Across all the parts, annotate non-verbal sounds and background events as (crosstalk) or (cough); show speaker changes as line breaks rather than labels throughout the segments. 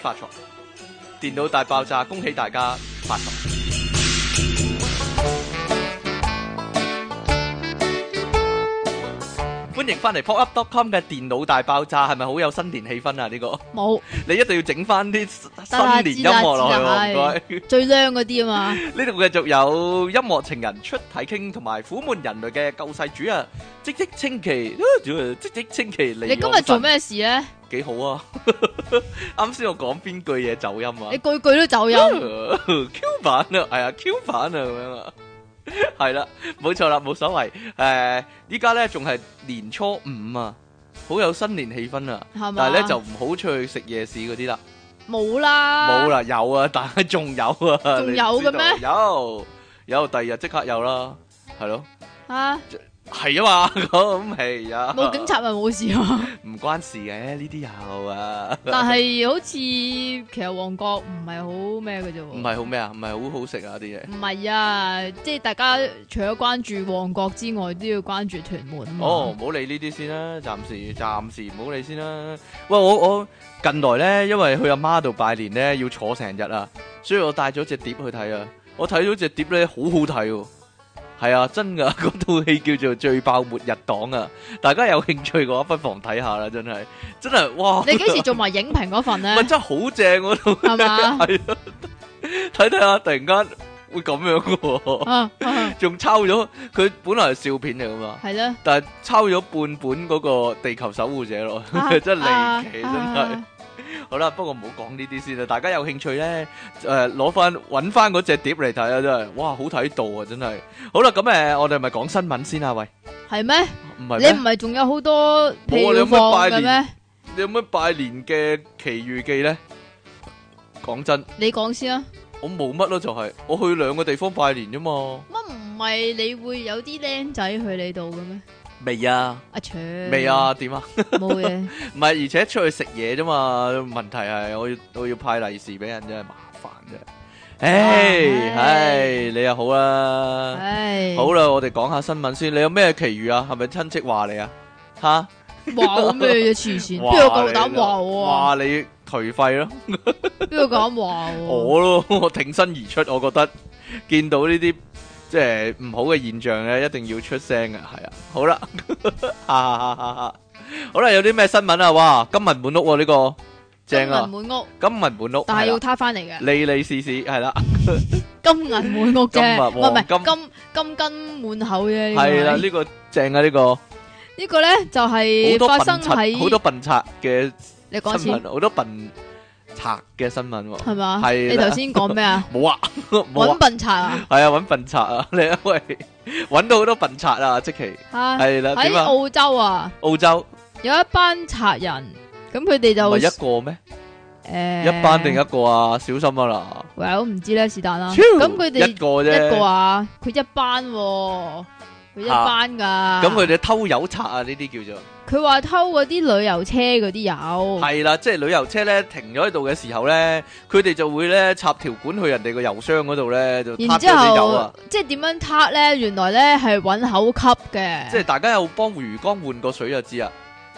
發財，電腦大爆炸，恭喜大家發財！歡迎翻嚟 pop up dot com 嘅電腦大爆炸，係咪好有新年氣氛啊？呢、個 (laughs)
冇
你一定要整翻啲
得啦
新年音樂落去喎，
知
唔
啦
該。
最靚嗰啲
(laughs)
啊嘛，
呢度繼續有音樂情人出體傾，同埋苦悶人類嘅救世主啊！即即清奇， (laughs) 即即清奇，
你今日做？咩事咧？
幾好啊！ (laughs) 啱先我講邊句嘢走音啊
你句句都走音，
Ừ, ？Q 版啊，係啊，Q 版啊，咁樣啊，係啦，冇錯啦，冇所謂。誒，依家咧仲係年初五啊，好有新年氣氛啊！
係嘛？
但係咧就唔好出去食夜市嗰啲啦。
冇啦，
冇，啦，有啊，但 (laughs) 係仲有啊，
仲
你
有嘅
知道
咩？
有有，第二日即刻有啦，係咯，
啊，
係啊 (laughs) 嘛，咁係啊，
冇警察咪冇事
(laughs)
咯。
唔關事嘅，呢啲有啊，
但係好似其實旺角唔係好咩嘅啫喎。
唔係好咩啊，唔係好好食啊啲嘢。
唔係啊，即係大家除咗關注旺角之外，都要關注屯門啊嘛。
哦，唔好理呢啲先啦，暫時暫時唔好理先啦。喂，我我近來咧，因為去阿媽度拜年咧，要坐成日啊，所以我帶咗只碟去睇啊。我睇到只碟咧，好好睇喎。係啊，真噶， (laughs) 嗰套戲叫做《最爆末日黨》啊！大家有興趣嘅話，不妨睇下啦，真係，真係，哇！
你幾
(laughs)
時做埋影評嗰份咧
咪？真係好正嗰套，
係嘛？
(laughs) 係啊，睇睇下，突然間會咁樣嘅喎，
啊，啊
仲抄咗佢本來係笑片嚟噶嘛。
係啦，
但係抄咗半本嗰個地球守護者咯，
啊
(laughs) 真係離奇，真係。
啊
好啦，不過唔好講呢啲先啦，大家有興趣咧，誒攞翻揾翻嗰只碟嚟睇啊，真係，哇，好睇到啊，真係。好啦，咁誒，我哋咪講新聞先啊，喂，
係咩？
唔係
你唔
咩？
係仲有好多
冇啊你有
票
乜
房
拜
嘅
年
咩？
你有咩拜年嘅奇遇記咧？講真，
你講先啊！
我冇乜咯，就係我去兩個地方拜年啫嘛。
乜唔係你會有啲僆仔去你度嘅咩？
未啊，
阿卓
未，啊，點啊？
冇
(laughs)
嘢。
唔係，而且出去食嘢啫嘛。問題係我要我要派利是俾人，真係麻煩啫。唉
唉
唉，你又好啦，
唉，
好啦，我哋講下新聞先。你有咩奇遇啊？係咪親戚話你啊？吓，
話我咩嘢慈善？
話
邊個夠膽
你啦
話我啊？
話你頹廢咯，
邊個夠膽話我？
我咯， (laughs) 我挺身而出。我覺得見到呢啲即係唔好嘅現象咧，一定要出聲嘅。係啊，好啦， (laughs) 哈哈哈哈好啦，有啲咩新聞啊？哇，金銀滿屋喎呢個正啊！
金銀滿屋，
金銀滿屋，
但
係
係
啦
要攤翻嚟嘅。
利利是是係啦，
金銀滿屋
金啊
啫，唔係唔
黃
係金金金滿口啫。呢個
係啦，
係
呢個正啊，呢個好
呢個咧就係
多
發
笨
生
賊，好多
喺
笨賊嘅
你講
新
先
聞，好多笨賊嘅新聞喎。
係嘛？
係
你
啦？
頭先講咩啊
冇啊， (laughs) 冇
揾
啊，
笨賊
(laughs)
啊！
係啊，揾笨賊啊， (laughs) 你啊喂，揾到好多笨賊啊，即其
嚇
係啦，點
喺
啊？
澳洲啊，
澳洲
有一班賊人，咁佢哋
唔係
就
一個咩？
誒
一班定一個啊？小心啊啦！
，well 唔知咧，是但啦。
超
咁佢哋
一個
一個
啫，
啊，佢一班喎，佢一班㗎。
咁佢哋偷油賊啊，呢啲叫做。
佢話偷嗰啲旅遊車嗰啲有，
系啦，即系旅遊車咧停咗喺度嘅時候咧，佢哋就會咧插條管去人哋個油箱嗰度咧，就
然
撻
之
咗啲油
後
啊！
即係點樣撻咧？原來咧係揾口吸嘅，
即係大家有幫魚缸換過水就知啊，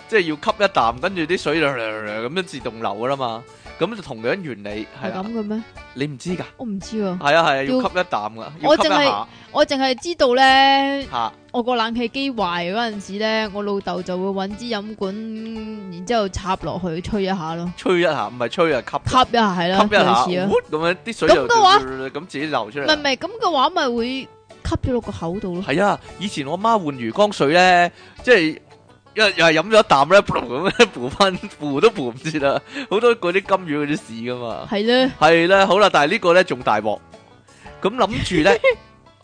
即係要吸一啖，跟住啲水就咁樣自動流噶啦嘛。咁就同樣原理係
係
啦
咁，嘅咩？
你唔知㗎？
我唔知啊，
係啊係啊，要
要
吸一啖噶，要
我
吸一
淨係
下
我淨係知道咧，
吓，
我個冷氣機壞嗰陣時咧，我老豆就會揾支飲管，然之後插落去吹一下咯，
吹一下，唔係吹啊，吸
吸一下係啦，
吸一下，
類似啊，
咁樣啲水就
咁嘅話
咁自己流出
唔
嚟
係
啦
唔。係咁嘅話，咪會吸咗落個口度咯，
系啊，以前我媽換魚缸水咧，即係又又系饮咗一啖咧， (laughs) 噗咁樣噗翻，噗都噗唔切啦，好多嗰啲金魚嗰啲屎噶嘛。
係咧。
係啦，好啦，但係呢個咧仲大鑊，咁諗
(laughs)
住咧，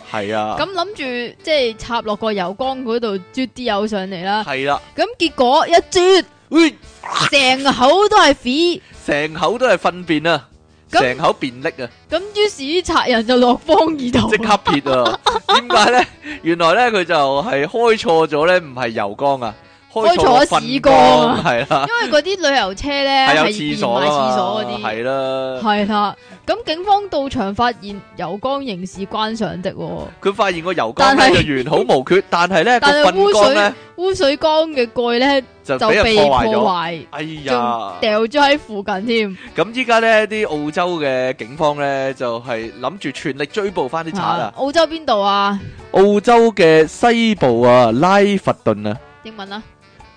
係啊，
咁諗住即係插落個油缸嗰度啜啲油上嚟啦，
係啦，
咁結果一啜，
喂，
成口都係屎，
成口都係糞便啊，
咁
成口便溺啊，
咁於是啲賊人就落荒而逃
即
啦。
刻撇啊！點解咧？原來咧佢就係開錯咗咧，唔係油缸啊，開
開
咗
咗
屎
屎
缸
缸啊
係啦，
因為嗰啲旅遊車咧
係有
係
廁
連
所
埋廁所
啊
嗰
嘛，
啲，
係啦。
係啦。咁警方到場發現油缸仍是關上的喎，
佢發現個油缸
但
咧就完好無缺，但係咧個
(laughs) 但係
糞
污
缸
水
咧
污水缸嘅蓋咧
就
就
俾人
被
破
破
壞咗。
壞，
哎呀
仲！掉咗喺附近添。
咁依家咧啲澳洲嘅警方咧就係諗住全力追捕翻啲賊
啊
啊！
澳洲邊度啊？
澳洲嘅西部啊，拉佛頓啊，
英文啊，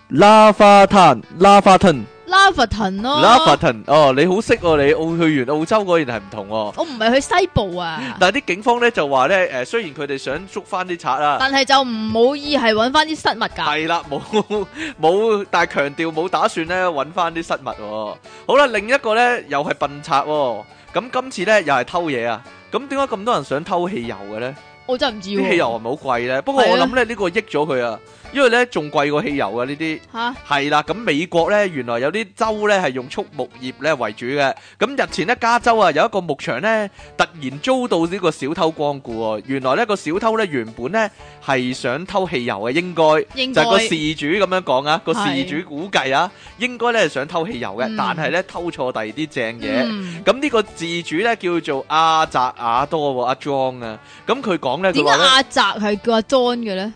拉花灘，拉花頓，
拉佛騰咯。
拉花頓。哦，你好識喎，你澳去完澳洲果然係唔同喎。
我唔係去西部啊，
但係啲警方咧就話咧，誒雖然佢哋想捉翻啲賊啦。
但係就唔好意係揾翻啲失物㗎。
系啦，冇 (laughs) 冇，但系強調冇打算咧揾翻啲失物、喎。好啦，另一個咧又係笨賊、喎，咁今次咧又係偷嘢啊！咁點解咁多人想偷汽油嘅咧？
我真係唔知
啲汽
喎。
油係咪好貴咧？不過
係啊
我諗咧呢個益咗佢啊，因為咧仲貴過汽油啊呢啲。
吓，
係啦，咁美國咧原來有啲州咧係用畜牧業咧為主嘅。咁日前咧加州啊有一個牧場咧突然遭到呢個小偷光顧喎。原來呢個小偷咧原本咧係想偷汽油嘅，應該。
應
就
該
係個事主咁樣講啊，個事
係
主估計啊，應該咧係想偷汽油嘅，
嗯
但係咧偷錯第二啲正嘢。
嗯
咁呢、個事主咧叫做阿澤亞多喎，阿 John 啊。咁佢講咧，佢
點解
話
啊
咧，
阿澤係叫阿 John 嘅咧？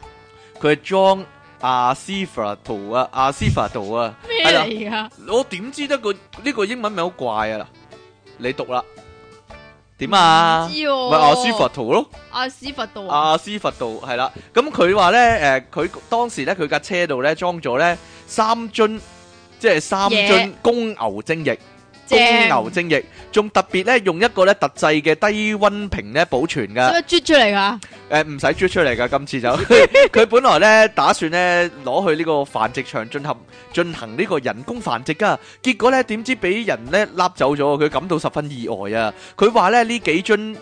佢係 John 阿斯法圖啊，阿斯法圖啊。
咩
係啦
嚟㗎？
我點知得個呢個英文名好怪啊？你讀啦，點啊
唔？知喎。
咪阿斯法圖咯。
阿斯佛道啊？
阿斯佛道係啦，咁佢話咧，誒、佢當時咧佢架車度咧裝咗咧三樽，即係三樽
嘢
公牛精液，
正
公牛精液，仲特別咧用一個咧特製嘅低温瓶咧保存噶。
點解啜出嚟㗎？
誒唔使啜出嚟㗎，今次
(laughs)
就佢本來咧打算咧攞去呢個繁殖場進行進行呢個人工繁殖㗎，結果咧點知俾人咧笠走咗，佢感到十分意外啊！佢話咧呢幾樽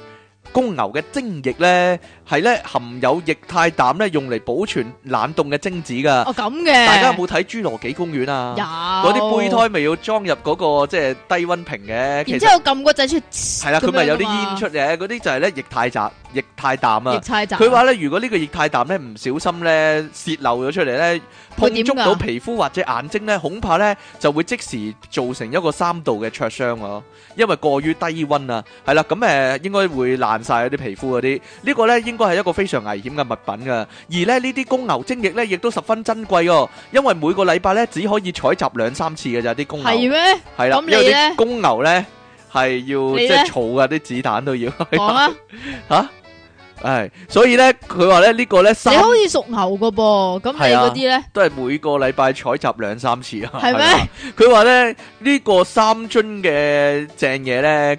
公牛嘅精液咧係咧含有液態氮咧用嚟保存冷凍嘅精子㗎，
哦咁嘅。
大家有冇睇《侏羅紀公園》啊
有？
嗰啲胚胎咪要裝入嗰、個即係低温瓶嘅，其實
然之後撳個掣出去，
係
係
啦，佢咪有啲煙出嘅，嗰啲就係咧液態氮液態氮啊
液。態氮。
佢話咧，如果呢個液態氮咧唔小心咧泄漏咗出嚟咧，碰
會點
觸
㗎
到皮膚或者眼睛咧，恐怕咧就會即時造成一個三度嘅灼傷喎，因為過於低温啊，係啦，咁誒、呃、應該會爛晒嗰啲皮膚嗰啲，呢個咧應該係一個非常危險嘅物品㗎。而咧呢啲公牛精液咧亦都十分珍貴喎，因為每個禮拜咧只可以採集兩三次嘅咋啲公牛，
係咩？
係啦，
咁
因
你
為
咧
啲公牛咧係要即
你咧
係儲㗎啲子彈都要。 (laughs) 係
講
啦
啊！
系，所以咧，佢話咧呢個咧三
你好似屬牛噶噃，咁你
係啊
嗰啲咧
都係每個禮拜採集兩三次啊。
係咩
係啊？佢話咧呢個三樽嘅正嘢咧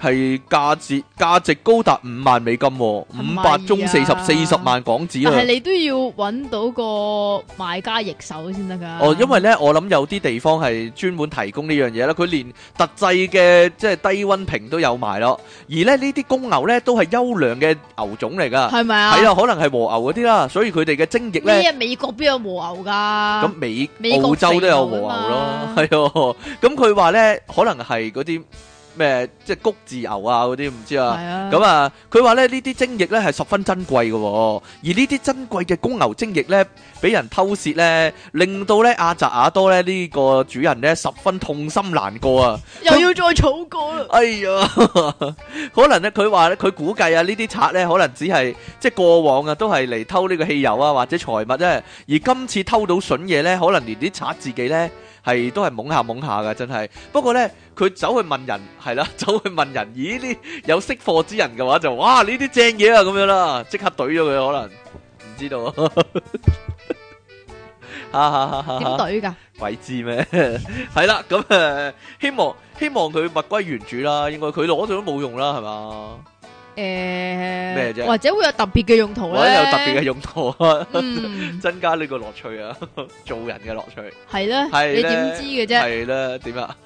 係價值價值高達五萬美金喎，
係
五百中四十四十萬港紙
但係
啊！
你都要揾到個買家易手先得噶。
哦，因為咧，我諗有啲地方係專門提供呢樣嘢啦，佢連特製嘅即係低温瓶都有賣咯。而咧呢啲公牛咧都係優良嘅牛種嚟㗎，
係咪啊？
係啦，可能係和牛嗰啲啦，所以佢哋嘅精液咧。
咩啊？美國邊有和牛噶？
咁美
啊美
澳
國啊
洲都有和牛咯 (laughs)
嘛，
係喎。咁佢話咧，可能係嗰啲咩即係谷字牛啊嗰啲唔知啊。
係啊，
咁啊，佢話咧呢啲精液咧係十分珍貴嘅喎，而呢啲珍貴嘅公牛精液咧，俾人偷竊咧，令到咧阿澤亞多咧呢個主人咧十分痛心難過啊！
又要再儲過啦。
(laughs) 哎呀，可能咧，佢話咧，佢估計啊，呢啲賊咧，可能只係即係過往啊，都係嚟偷呢個汽油啊或者財物啫。而今次偷到筍嘢咧，可能連啲賊自己咧係都係懵下懵下噶，真係。不過咧，佢走去問人係啦，走去問人，咦呢有識貨之人嘅話就哇呢啲正嘢啊咁樣啦，即刻懟咗佢可能唔知道 (laughs) 啊。哈哈哈哈
點
哈
懟㗎？
鬼知咩？ (laughs) 係啦，咁诶、呃希望希望佢物歸原主啦。應該佢攞咗都冇用啦，係嘛？
誒
咩啫
或者會有特別嘅用途
或者
咧？
有特別嘅用途啊， (laughs)
嗯，
增加呢個樂趣啊， (laughs) 做人嘅樂趣。
係咧，
係
你點知嘅啫？
係啦，點啊？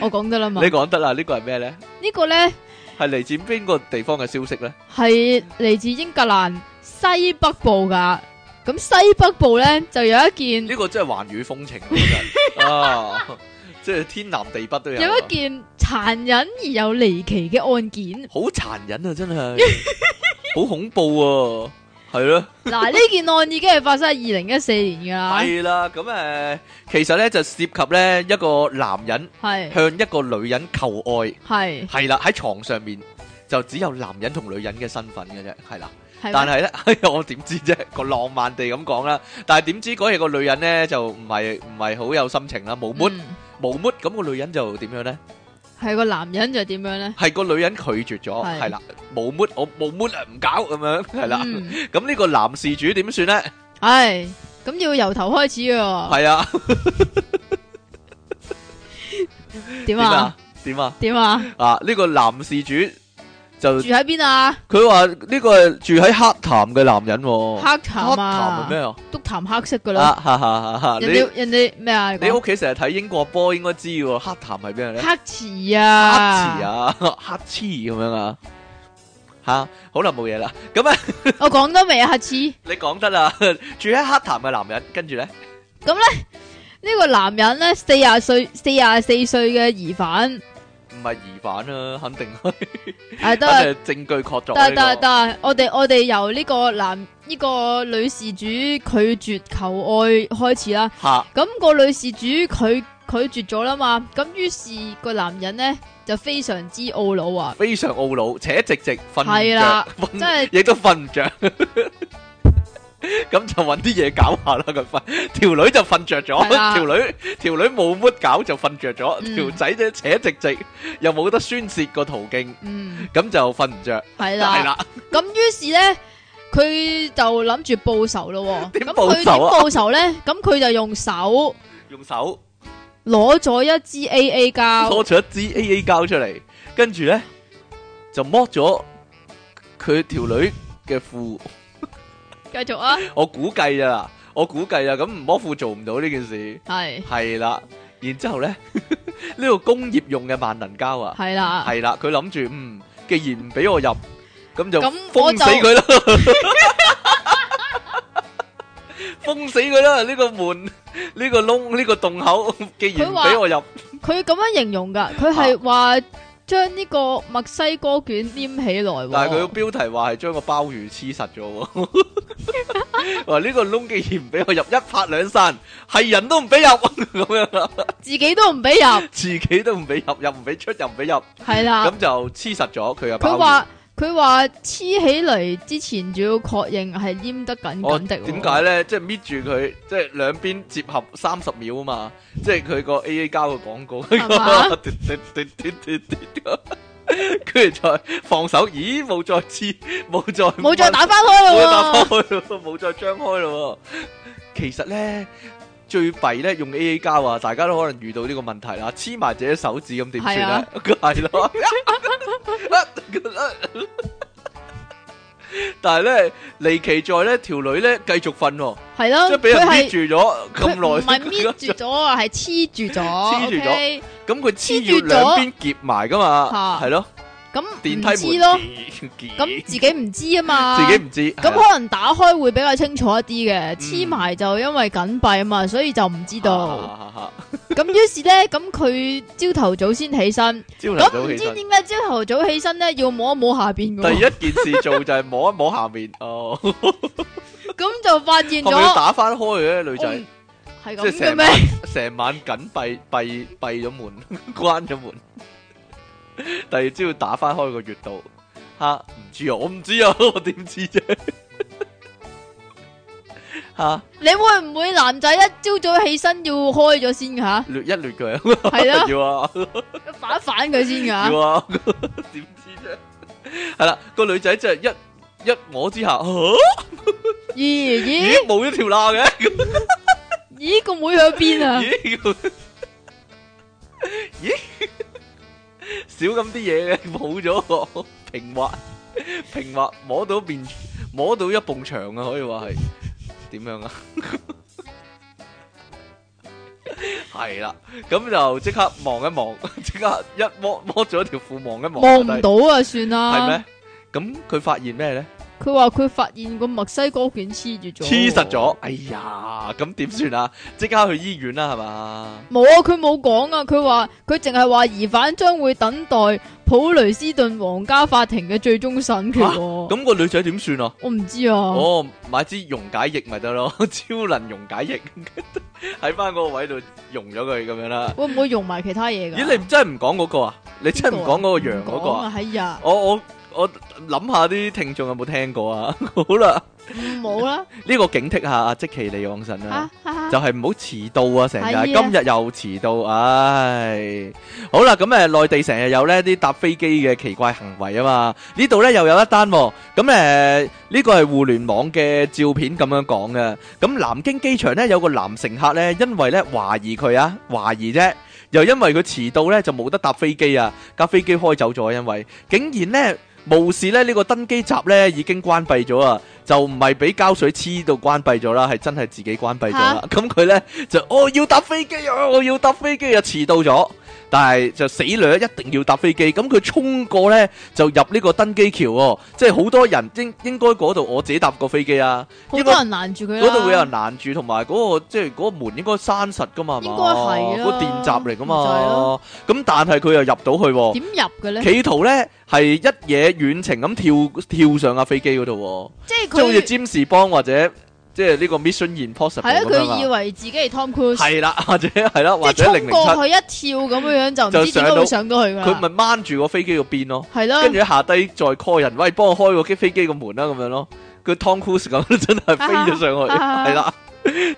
我講得啦
你
嘛。
講得啦，呢個係咩咧？
呢個咧。
係嚟自邊個地方嘅消息咧？
系嚟自英格蘭西北部噶。咁西北部咧就有一件
呢個真係環宇風情啊真係啊！ (laughs) 即係天南地北都有啊，
有一件殘忍而
(laughs)
又離奇嘅案件，
好殘忍啊！真係好恐怖喎！系咯。
嗱，呢件案已經係發生喺二零一四年噶啦，
系啦，咁诶、呃其實咧就涉及咧一個男人
係
向一個女人求愛，
係
係啦，喺床上面就只有男人同女人嘅身份嘅啫，係啦。
係
但
咩
係 (laughs) 咧，我點知啫？個浪漫地咁講啦，但係點知嗰日個女人咧就唔係唔係好有心情啦，冇 mood
嗯
冇 mood，咁個女人就點樣咧？
係個男人就點樣咧？
係個女人拒絕咗，
係
係啦，冇 mood，我冇 mood 啊，唔搞咁樣，係啦。
嗯，
咁呢個男事主點算咧？
唉，咁要由頭開始喎，
係啊，
點
點啊
啊？？
點啊？
點啊？
啊！呢、個男事主就
住喺邊啊？
佢話呢個係住喺黑潭嘅男人、喎。
黑潭
哦潭
啊
係？咩啊？
督潭黑色噶啦，
啊哈哈哈哈！
人
你
哋人哋咩啊？
你
講
屋企成日睇英國波，應該知喎。黑潭係咩咧？
黑池
黑
啊？
池！啊， (laughs) 黑痴咁樣啊！吓，好啦，冇嘢啦。咁啊， (laughs)
我講得未啊？黑池？
你講得啦。 (laughs) 住喺黑潭嘅男人，跟住咧，
呢個男人咧，四廿歲，四廿四歲嘅疑犯，
唔係疑犯啦，肯定係
诶，
(laughs)
得啊
真係證據確鑿啊呢
得
個。
得得，我哋我哋由呢個男呢、個女事主拒絕求愛開始啦。
嚇
咁、個女事主佢拒絕咗啦嘛，咁於是個男人呢就非常之懊惱啊，
非常懊惱，且直直瞓唔
係
着
啦，
瞓
真係
亦都瞓唔着， (laughs) 咁就揾啲嘢搞下啦。佢瞓條女就瞓着咗，
係啦
條女條女冇乜搞就瞓着咗，
嗯
條仔啫扯直直，又冇得宣泄個途徑，
嗯
咁就瞓唔着。
係
係
啦，
啦，
咁於是呢，佢就諗住報仇咯喎。
點
咁
報
佢點
仇啊
報仇呢？咁佢就用手
用手
攞咗一支 A
(laughs)
A 膠，
攞咗一支 A A 膠出嚟，跟住咧就剝咗佢條女嘅褲。
繼續啊，
我估計咋啦，我估計啊，咁唔剝褲做唔到呢件事。
係
系啦，然之后咧，呢 (laughs) 個工業用嘅萬能膠啊，
係啦。
係啦，佢諗住嗯，既然唔俾我入，咁就
咁我
封
就
死佢啦， (laughs) 封死佢啦！呢個門，呢個窿，呢個洞口， (laughs) 既然唔
佢話
俾我入，
佢咁樣形容噶，佢
啊
係話將呢個墨西哥卷黏起來喎。
但係佢個標題話係將個鮑魚黐實咗喎， (laughs) 話呢個窿既然唔俾我入，一拍兩散，係人都唔俾入 (laughs) 咁樣啦，
自己都唔俾入，
自己都唔俾入，又唔俾出，又唔俾入，
係啦
咁。就黐實咗佢嘅鮑魚
啊佢話佢話黐起嚟之前，仲要確認係黏得緊
我
緊的喎。
哦點解咧？即係搣住佢，即係兩邊接合三十秒啊嘛！即係佢個 A A 交嘅廣告，
係嘛
滴滴滴滴滴滴跟住再放手，咦？冇再黐，冇再
冇再打翻
冇再打
開
翻
咯
(laughs) 開咯，冇再張開咯喎。其實咧最弊咧用 A A 交啊，大家都可能遇到呢個問題啦，黐埋自己手指咁點算咧？ (laughs) 係咯。但係咧，離奇在咧，條女咧繼續瞓喎。
喎？係
(laughs)
咯，
即係俾人
佢
搣
係
住咗咁
佢唔
耐，
係搣住咗啊，係黐住咗。
黐住咗
OK，
咁佢黐
黐
住
住咗
兩邊夾埋噶嘛，
嚇
係咯，
咁
電
唔
梯 (laughs) 門
知咯，
咯
咁自己唔知啊
(laughs)
嘛。
自己唔知，嗯
咁
係啊
可能打開會比較清楚一啲嘅，黐埋就因為緊閉啊嘛，所以就唔知
嚇
道。
嚇嚇嚇
咁於是咧，咁佢朝頭早先起身，
朝頭
咁唔
早起
知
身，
點解朝頭早起身咧要摸一摸下边
(laughs)
嘅
第
喎，
一件事做就係摸一摸下面，哦，
咁就發
係
現
咪要
咗
打翻開嘅咧女仔？
哦
即
係咁
係成
嘅咩？
成晚緊閉閉閉咗門， (laughs) 關咗門。第二朝要打翻開個穴道，吓唔知啊，我 (laughs) 唔知啊，我點知啫？吓，
你會唔會男仔一朝早起身要開咗先㗎
(laughs)
吓？
掠一掠佢啊，
(laughs) 係咯，
要啊。
反一反佢先
要
㗎吓。
啊， (laughs) 點知啫？係啦，個女仔真係一一摸之下，啊
咦
(laughs) 咦
咦
冇咗條罅嘅，
咦個妹去邊啊？
咦咁咦少咁啲嘢嘅，冇咗喎平滑平滑摸到面摸到一埲牆啊，可以話係點樣啊？係啦，咁就即刻望一望，即刻一摸摸咗條褲望一望，
望唔到啊，算
係咩？
啦。
咁佢發現咩咧？
佢話佢發現個墨西哥卷黐住咗，
黐實咗。哎呀，咁點算啊？即刻去醫院啦，係嘛？
冇啊，佢冇講啊，佢話佢淨係話疑犯將會等待普雷斯頓皇家法庭嘅最終審決喎。
咁個女仔點算啊？
我唔知啊，
哦，買支溶解液咪得咯， (laughs) 超能溶解液 (laughs) 喺翻嗰個位度溶咗佢咁樣啦。
會唔會用埋其他嘢㗎？
咦，你真係唔講嗰個啊？你真係唔講嗰個羊嗰個
講
啊？
啊？係呀，
我我我諗下啲聽眾有冇聽過啊？ (laughs) 好啦，
唔
(laughs)
冇啦，
呢個警惕下阿即其利昂神啦
啊。啊
就係唔好遲到啊！成
係啊
日今日又遲到，唉，好啦，咁誒內地成日有呢啲搭飛機嘅奇怪行為啊嘛，呢度呢又有一單喎，咁誒呢個係互聯網嘅照片咁樣講嘅，咁南京機場呢有個男乘客呢，因為呢懷疑佢啊，懷疑啫。又因為佢遲到呢，就冇得搭飛機啊！架飛機開走咗，因為竟然呢，無視呢呢個登機閘呢已經關閉咗啊！就唔係俾膠水黐到關閉咗啦，係真係自己關閉咗啦。咁佢呢，就我、要搭飛機啊！我要搭飛機啊！遲到咗，但係就死掠一定要搭飛機。咁佢衝過呢，就入呢個登機橋喎、即係好多人應應該嗰度我自己搭過飛機啊，
好多人攔住佢啦
嗰度會有人攔住，同埋嗰個即係嗰個門應該閂實噶嘛，係嘛
應該係啦
嗰個電閘嚟噶
咪就係
嘛
咯。
咁但係佢又入到去喎。
點入嘅咧？
企圖咧係一嘢遠程咁跳跳上架飛機嗰度
即係
喎，即係好似
佢
占士邦或者即係呢個 Mission
係
Impossible
啊，
咁樣
佢以
啊，
為自己係 Tom Cruise，
係啦， (laughs) 或者係啦，或
即
者
係衝
零零
過
七，
去啊一跳咁樣樣，就
就
唔知點
上
解
到
會上到去㗎啦。
佢咪掹住個飛機個邊咯，
係啦，
跟住下低再 call 人，喂，幫我開個機飛機個門啦，咁樣咯，佢 Tom Cruise 咁 (laughs) 真係飛咗上去，
啊
係啦。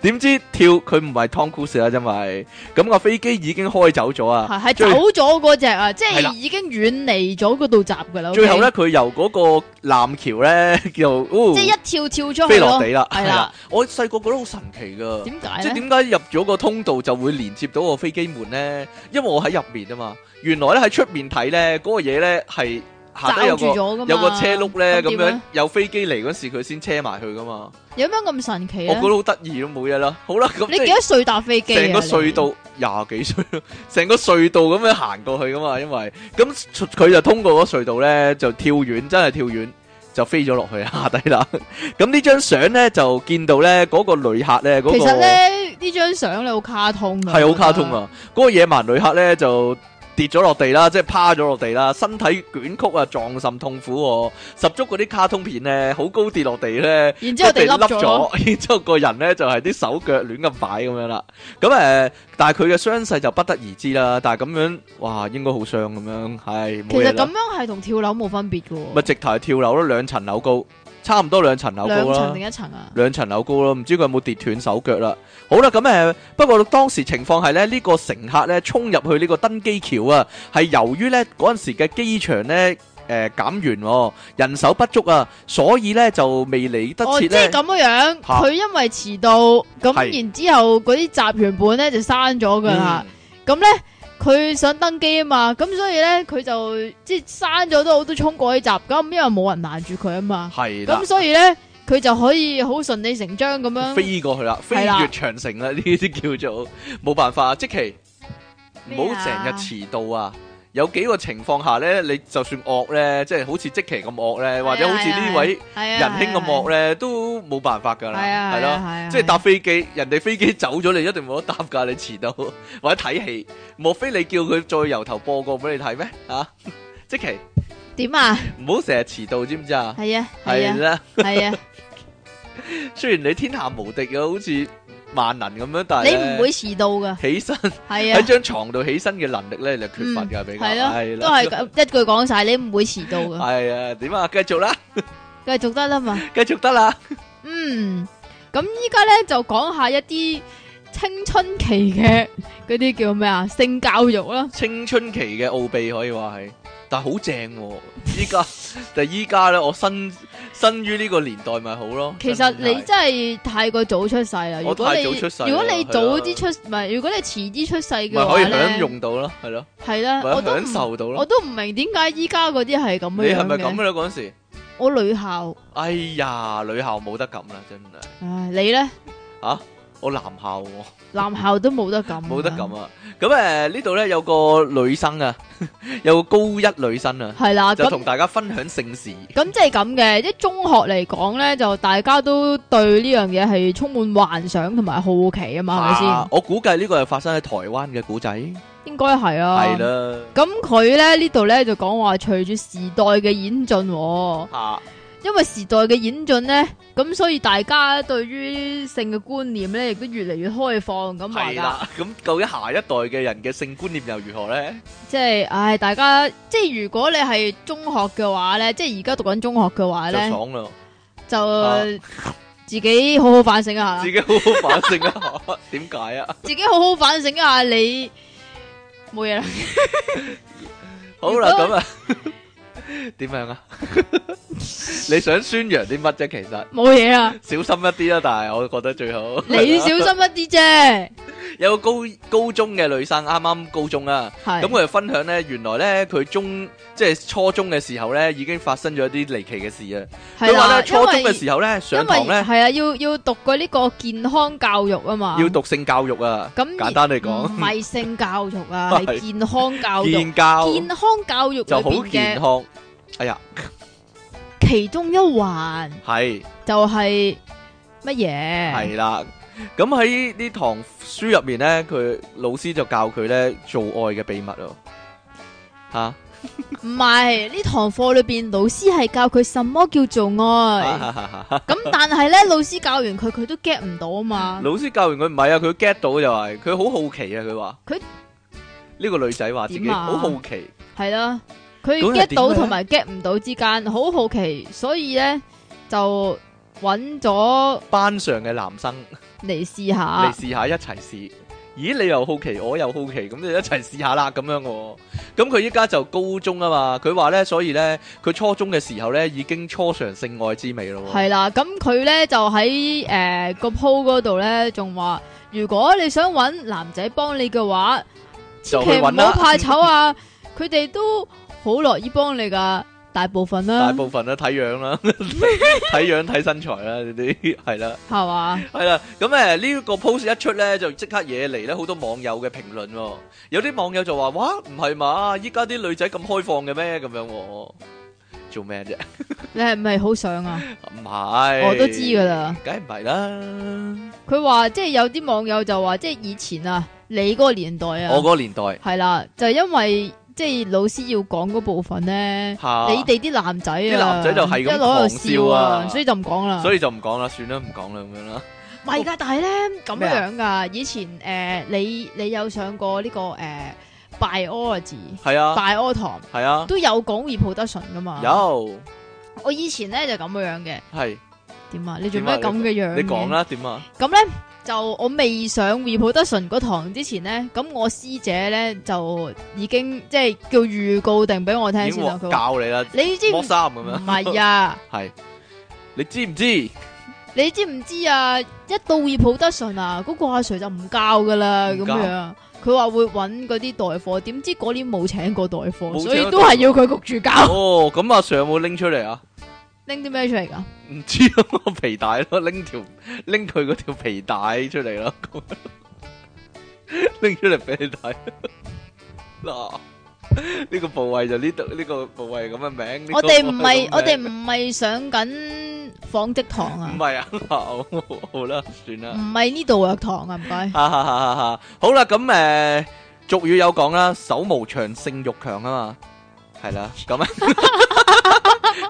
點知跳佢唔係 Tom Cruise 啦，因為咁個飛機已經開走咗啊！
係係走
最
咗嗰只啊，即
係啦
係已經遠離咗嗰度閘㗎啦。
最
OK？
後咧，佢由嗰個艦橋咧，叫哦
即係一跳跳出
飛
去
落
咯，
地啦，係
係
啦
啦。
我細個覺得好神奇噶，
點解
即係
咧？
點解入咗個通道就會連接到個飛機門咧？因為我喺入面啊嘛。原來咧喺出面睇咧，嗰個嘢咧係下低有
罩住
個
咗噶嘛？
有個車轆咧，咁
咁點
樣
呢
有飛機嚟嗰時佢先車埋去噶嘛。
有咩咁神奇
我
咧
覺？得好得意咯，冇嘢啦。好啦，咁
啊你
即係
幾多歲搭飛機啊？
成個隧
你
道廿幾歲咯，成個隧道咁樣行過去噶嘛，因為咁出佢就通過嗰隧道咧，就跳遠，真係跳遠就飛咗落去下低啦。咁呢張相咧就見到咧嗰、個旅客咧嗰、
其實
個
咧呢張相咧好卡通㗎，
係好卡通！啊，嗰、個野蠻旅客咧就。跌咗落地啦，即係趴咗落地啦，身體捲曲啊，撞甚痛苦喎、十足嗰啲卡通片咧，好高跌落地咧，
然之後
一定
地笠
凹
咗，
咗， (laughs) 然之後個人咧就係、啲手腳亂咁擺咁樣啦。咁誒、呃但係佢嘅傷勢就不得而知啦。但係咁樣，哇，應該好傷咁樣，係
其
冇
實
嘢啦
咁。樣係同跳樓冇分別㗎
咪
喎，
直頭係跳樓咯，兩層樓高，差唔多兩層樓
兩
高啦
層。定一層啊？
兩層樓高咯，唔知佢有冇跌斷手腳啦。好啦，咁誒、呃不過當時情況係咧，呢、個乘客咧衝入去呢個登機橋啊，係由於咧嗰陣時嘅機場咧誒、呃、減員喎，人手不足啊，所以咧就未嚟得
哦，
切
即
咧
係。咁樣樣，
嚇
佢因為遲到，
係
咁然之後嗰啲閘原本咧就閂咗㗎啦
嗯，
咁咧佢想登機啊嘛，咁所以咧佢就即係閂咗都好都衝過去閘，咁因為冇人攔住佢啊嘛，
係啦
咁，所以咧佢就可以好順理成章咁樣，
飛過去啦，飛
係啦
越長城啦，呢 (laughs) 啲叫做冇辦法。即其唔
咩
好
啊
成日遲到啊！有幾個情況下咧，你就算惡咧，即係好似即其咁惡咧，或者好似呢位
啊係
仁
啊
兄咁惡咧，都冇辦法㗎
係
啦，
啊
係
係
咯。
啊，
即係搭飛機，人哋飛機走咗，你一定冇得搭㗎，你遲到 (laughs) 或者睇戲，莫非你叫佢再由頭播過俾你睇咩？啊， (laughs) 即其
點啊？
唔好成日遲到，知唔知啊？
係啊係
係
啊
啦。
係啊，
雖然你天下無敵嘅，好似萬能咁樣，但係
你
咧
唔會遲到㗎，
起身
(laughs) 係
喺
啊。
張床度起身嘅能力咧，你就缺乏㗎比較
係咯，
係
都係咁一句講晒，你唔會遲到㗎，
係啊，點啊？繼續啦，
繼續得啦嘛。
繼續得啦，
嗯，咁依家咧就講下一啲青春期嘅嗰啲叫咩啊？性教育啦，
青春期嘅奧秘可以話係，但係好正喎。依
(laughs)
家但係依家咧，我身身於呢個年代咪好咯。
其實
真係
你真係太過早出世啦。如果你
我太早出世啦
如果你早啲出，
係
唔係如果你遲啲出世嘅
咪
話
可以
咧，
享用到咯，係咯，
係啦，
或者
我都唔
享受到
我
咯。
都唔明點解依家嗰啲係咁
你
樣
係
樣
咪咁
嘅。
咧嗰陣時？
我女校，
哎呀，女校冇得咁啦，真係。
唉，你咧？
啊，我男校喎。
男校都冇得咁，
冇得咁啊！咁诶呢度咧有個女生啊， (laughs) 有個高一女生啊，
係啦，
就
咁
同大家分享姓氏，
咁即係咁嘅，即係中學嚟講咧，就大家都對呢樣嘢係充滿幻想同埋好奇啊嘛，係咪
啊
先？
我估計呢個係發生喺台灣嘅古仔，係
應該係啊。。
啦，
咁佢咧呢度咧就講話，隨住時代嘅演進、喎，
吓
因為時代嘅演進咧，咁所以大家對於性嘅觀念咧，亦都越嚟越開放咁話
係
啦。
啦。咁究竟下一代嘅人嘅性觀念又如何咧？
即係，唉，大家即係如果你係中學嘅話咧，即係而家讀緊中學嘅話
就
咧，
爽咯，
就、
啊
自己好好反省一下啦
自。己好好反省一下， (laughs) 點解啊？
自己好好反省一下你冇嘢啦。 (laughs)
好啦，
如果
咁啊， (laughs) 點樣啊？ (laughs) 你想宣揚啲乜啫？其
冇嘢啦，
實小心一啲啦，但 (laughs) 係我啊覺得最好。
你小心一啲啫。
(laughs) 有個高高中嘅女生，啱啱高中啦。
係
咁佢就分享咧，原來咧佢中即係初中嘅時候咧，已經發生咗啲離奇嘅事啊！
係
佢話
啦，
咧初中
因為
嘅時候咧，上
因為
堂咧
係啊，要要讀過呢個健康教育啊嘛。
要讀性教育啊，
咁
簡單嚟
唔
講，
係性教育
(laughs)
啊，
係
係健康教育。
健教
健康教育裏
就好健
邊嘅
康。哎呀，
其中一環
係
就係乜嘢？
係啦。咁喺呢堂書入面咧，佢老師就教佢咧做愛嘅秘密咯。吓，
唔係呢堂課裏邊老師係教佢什麼叫做愛。
啊
咁但係咧，老師教完佢，佢都 get 唔到啊
(laughs)
嘛。
老師教完佢唔係啊，佢 get 到就係佢好好奇啊，佢話
佢
呢個女仔話自己
點啊
好好奇。
系啦，佢
咁係
get
點
到
嘅
同埋 get 唔到之間，好好奇，所以咧就揾咗
班上嘅男生
嚟試
嚟
下，
試下一齊試。咦，你又好奇，我又好奇，咁就一齊試下啦，咁樣喎。咁佢依家就高中啊嘛，佢話呢，所以呢，佢初中嘅時候呢已經初嘗性愛之味咯喎。
係啦，咁佢咧就喺诶個 po 嗰度咧，仲話如果你想揾男仔幫你嘅話，千
就去
祈唔
揾啦
好怕醜啊，佢哋都好樂意幫你噶，大部分
大
啦，
部分都睇樣啦， (laughs) 睇樣睇身材啦，呢啲係啦，
係嘛，
係啦。咁誒呢個 post 一出呢，就即刻惹嚟呢好多網友嘅評論喎。有啲網友就話：哇，唔係嘛，依家啲女仔咁開放嘅咩？咁樣喎，做咩啫？
你係咪好想啊？
唔係，
我都知㗎啦。
梗係唔係啦，
佢話即係有啲網友就話，即係以前啊，你嗰個年代啊，
我嗰個年代
系啦，就因为即系老师要讲嗰部分咧，
嚇，
你哋啲男仔啊，
啲男仔就係咁
一攞就笑
狂笑啊
所以就唔讲啦。
所以就唔講啦，算啦，唔講啦，咁樣啦。
唔系噶，但系咧咁
咩啊
样噶，以前诶、呃你你有上过呢、個个诶、呃 biology
係啊，
大 o 堂
係啊，
都有讲 reproduction 噶嘛？
有
我以前咧就咁樣样嘅，
係
點啊？你做
點啊
咩咁嘅樣？
你講。啦，點啊？
咁咧就我未上 reproduction 嗰堂之前咧，咁我師姐咧就已經即係叫預告定俾我
已
聽
經
先啦。佢話
教你啦，
你知唔
摸
知
衫咁
唔
樣
係啊，
(laughs) 係。你知唔知？
你知唔知啊？一到 reproduction 啊，嗰、個阿 Sir 就唔教噶啦，
唔
咁
教
樣。佢話會揾嗰啲代課，點知嗰年冇請過代課，
冇請過
所以都係要佢焗住教。
哦，咁阿 Sir 有冇拎出嚟啊？
拎啲咩出嚟㗎？
唔知啊，個皮帶咯，拎條拎佢嗰條皮帶出嚟咯， (laughs) 咁樣拎出嚟俾你睇。嗱，呢個部位就呢度，呢個部位咁嘅名。呢個
我哋唔
部位咁嘅名
係我哋唔係上緊紡織堂
唔
啊，
係啊， (laughs) 好好啦，算啦。
唔係呢度藥堂啊，唔該。
哈哈哈！哈好啦，咁诶、呃俗語有講啦，手無長性欲強啊嘛，係啦，咁啊，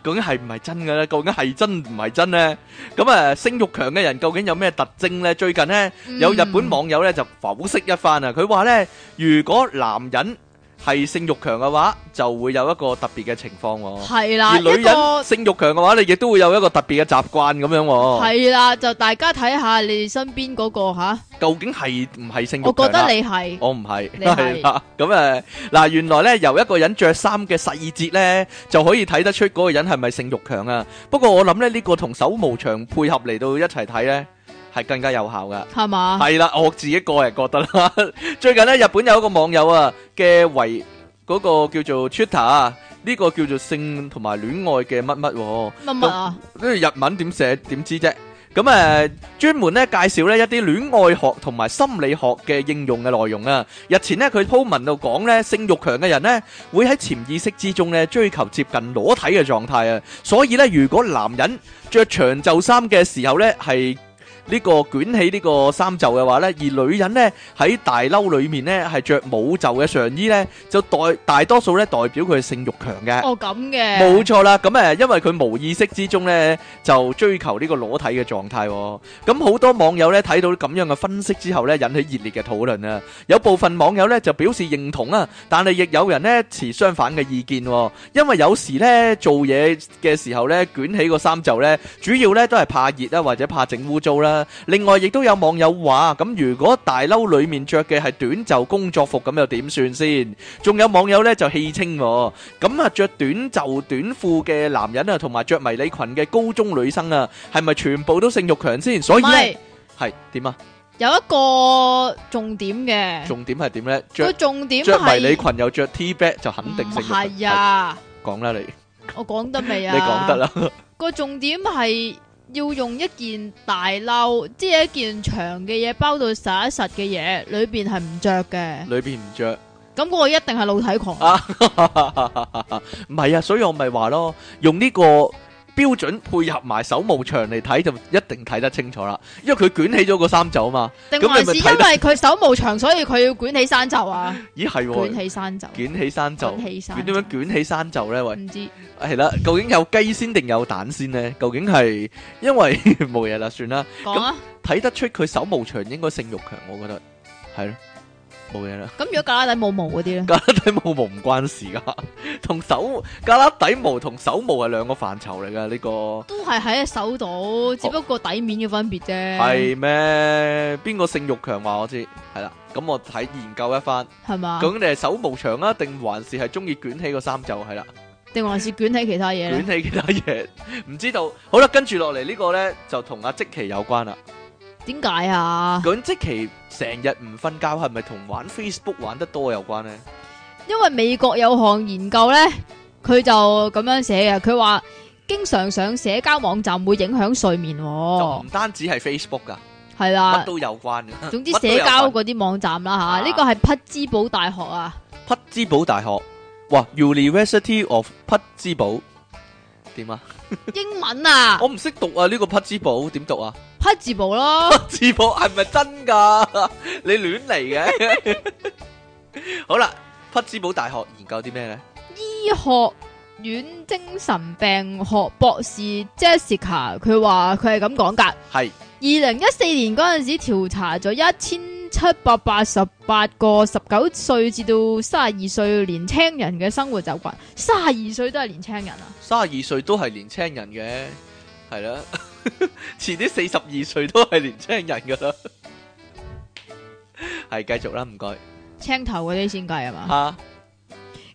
究竟係唔係真嘅咧？究竟係真唔係真咧？咁诶、呃性欲強嘅人究竟有咩特徵咧？最近咧。 (laughs) 有日本網友咧就剖析一番啊，佢話咧，如果男人係性慾強嘅話，就會有一個特別嘅情況
嗯
喎。
係啦，
而
一
女人
個
性慾強嘅話，你亦都會有一個特別嘅習慣咁樣喎。
係啦，就大家睇下你哋身邊嗰個吓，
究竟係唔係性慾
我
強
覺
啦
得你係
我唔係，
你
(laughs)
係
係啦。咁誒嗱，原來咧由一個人着衫嘅細節咧，就可以睇得出嗰個人係咪性慾強啊。不過我諗咧呢個同手無長配合嚟到一齊睇咧，係更加有效噶。
係嘛？
系啦，我自己個人覺得啦。 (laughs) 最近咧，日本有一個網友啊嘅為嗰個叫做 Twitter 啊，呢、個叫做性同埋戀愛嘅乜乜喎，
乜乜啊？
呢個日文點寫點知啫？咁誒專門咧介紹咧一啲戀愛學同埋心理學嘅應用嘅內容啊。日前咧佢鋪文度講咧，性慾強嘅人咧會喺潛意識之中咧追求接近裸體嘅狀態啊。所以咧，如果男人着長袖衫嘅時候咧係呢個捲起呢個衫袖嘅話咧，而女人咧喺大褸裏面咧係着冇袖嘅上衣咧，就代大多數咧代表佢性慾強嘅。
哦咁嘅，
冇錯啦，咁誒，因為佢無意識之中呢，就追求呢個裸體嘅狀態喎。咁好多網友呢，睇到咁樣嘅分析之後呢，引起熱烈嘅討論啊。有部分網友呢，就表示認同啊，但係亦有人呢，持相反嘅意見喎。因為有時呢，做嘢嘅時候呢，捲起個衫袖呢，主要呢都係怕熱啊，或者怕整污糟啦。另外亦都有網友話：咁如果大褸裡面着嘅係短袖工作服，咁又點算先？仲有網友呢，就戲稱喎。咁啊，着短袖短褲嘅男人啊，同埋着迷你裙嘅高中女生啊，係咪全部都性慾強先？所以
唔
咧
係
係點啊？
有一個重點嘅，
重點係點咧？
個
着
重點
着迷你
係
裙又着 T back 就肯定
唔
性慾強。
係啊，
係，講啦你，
我講得未
你
啊？
講得啦。
個重點係要用一件大褸，即係一件長嘅嘢包到實一實嘅嘢，裏边係唔着嘅。
裏邊唔着，
咁嗰個一定係露體狂。
(laughs) 唔係啊，所以我咪話咯，用呢個標準配合埋手毛長嚟睇，就一定睇得清楚啦。因為佢捲起咗個衫袖啊嘛。
定
咁
還
你咪
是因
睇得
為佢手毛長，所以佢要捲起山袖啊？
咦係
捲
喎，
起山袖，
捲起衫袖，
捲起山
點
袖。
樣捲起衫袖咧？喂！
唔知
系啦，究竟有雞先定有蛋先呢？究竟係因為 (laughs) 冇嘢啦，算啦，
講啊？
睇得出佢手毛長應該性慾強，我覺得係咯，冇嘢啦。 (laughs)
咁如果架底冇毛嗰啲咧，
加拉底毛毛唔關事噶，同手加拉底毛同手毛係兩個範疇嚟噶，呢、個
都係喺手度，只不過底面嘅分別啫。
係咩？邊個性慾強話我知，係啦，咁我睇研究一番，
係嘛？
究竟你係手毛長啊，定還是係中意捲起個衫袖係啦？
定還是捲起其他嘢咧？
卷起其他嘢，唔知道。好啦，跟住落嚟呢個呢，就同阿即奇有關
啊
啦。
點解啊？
咁即期成日唔瞓覺係咪同玩 Facebook 玩得多有關呢？
因為美國有項研究咧，佢就咁樣寫嘅，佢話經常上社交網站會影響睡眠、
就唔
喎，
單止係 Facebook 噶，
係
乜
啦。
都有關嘅。
啊總之
乜
社
都有
交
份
嗰啲網站啦
啊
吓，呢個係匹茲堡大學啊，
匹茲堡大學，哇，University of 匹茲堡點啊？
英文啊，
我唔識讀啊，呢個匹茲堡點讀啊？
匹茲堡咯。
(laughs) 匹茲堡係咪真㗎？你亂嚟 (laughs) 嘅。好啦，匹茲堡大學研究啲咩呢？
醫學院精神病學博士 Jessica，佢話佢係咁講噶。
係
二零一四年嗰陣時調查咗一千七百八十八個十九歲至到三十二歲年青人嘅生活習慣，三十二歲都係年青人啊！
三十二歲都係年青人嘅，係 (laughs) 啦，遲啲四十二歲都係年青人噶 (laughs) 啦。係繼續啦，唔該。
青頭嗰啲先計啊嘛。
啊，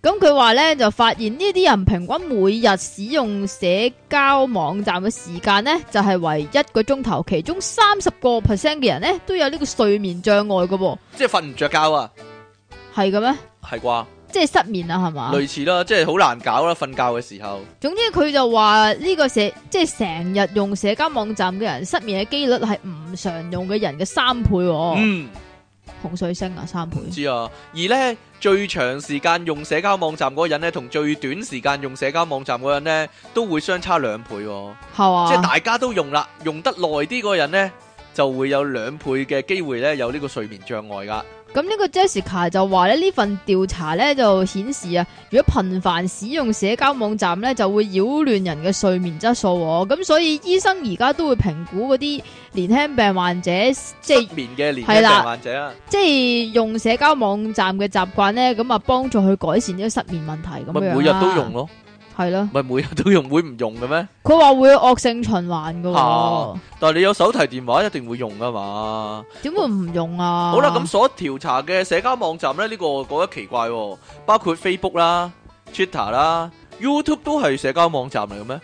咁佢話呢，就發現呢啲人平均每日使用社交網站嘅時間呢，就係、為一個鐘頭，其中三十個 percent 嘅人呢，都有呢個睡眠障礙嘅喎，
即係瞓唔着覺啊，
係嘅咩？
係啩？
即係失眠啊，係嘛？
類似啦，即係好難搞啦，瞓覺嘅時候。
總之佢就話呢個社即係成日用社交網站嘅人失眠嘅機率係唔常用嘅人嘅三倍、喎。
嗯，
洪水星啊三倍
唔，知啊。而呢，最長時間用社交網站嗰個人呢，同最短時間用社交網站嗰個人呢，都會相差兩倍、喎。
係
即係
嘛？
大家都用啦，用得耐啲嗰個人呢，就會有兩倍嘅機會呢，有呢個睡眠障礙噶。
咁呢個 Jessica 就話咧呢份調查呢就顯示啊，如果頻繁使用社交網站呢，就會擾亂人嘅睡眠質素、喎。咁所以醫生而家都會評估嗰啲年輕病患者即係
失眠嘅年輕
係啦
病患者啊。
即係用社交網站嘅習慣呢，咁啊幫助佢改善呢個失眠問題咁
咪
樣、啊
每日都用，咯，
係咯。
咪每日都用，會唔用嘅咩？
佢話會有惡性循環噶、
啊
喎，
但係你有手提電話一定會用噶嘛。
點會唔用啊？
好啦，咁所調查嘅社交網站咧，呢、個我覺得奇怪、喎，包括 Facebook 啦、Twitter 啦、YouTube 都係社交網站嚟嘅咩？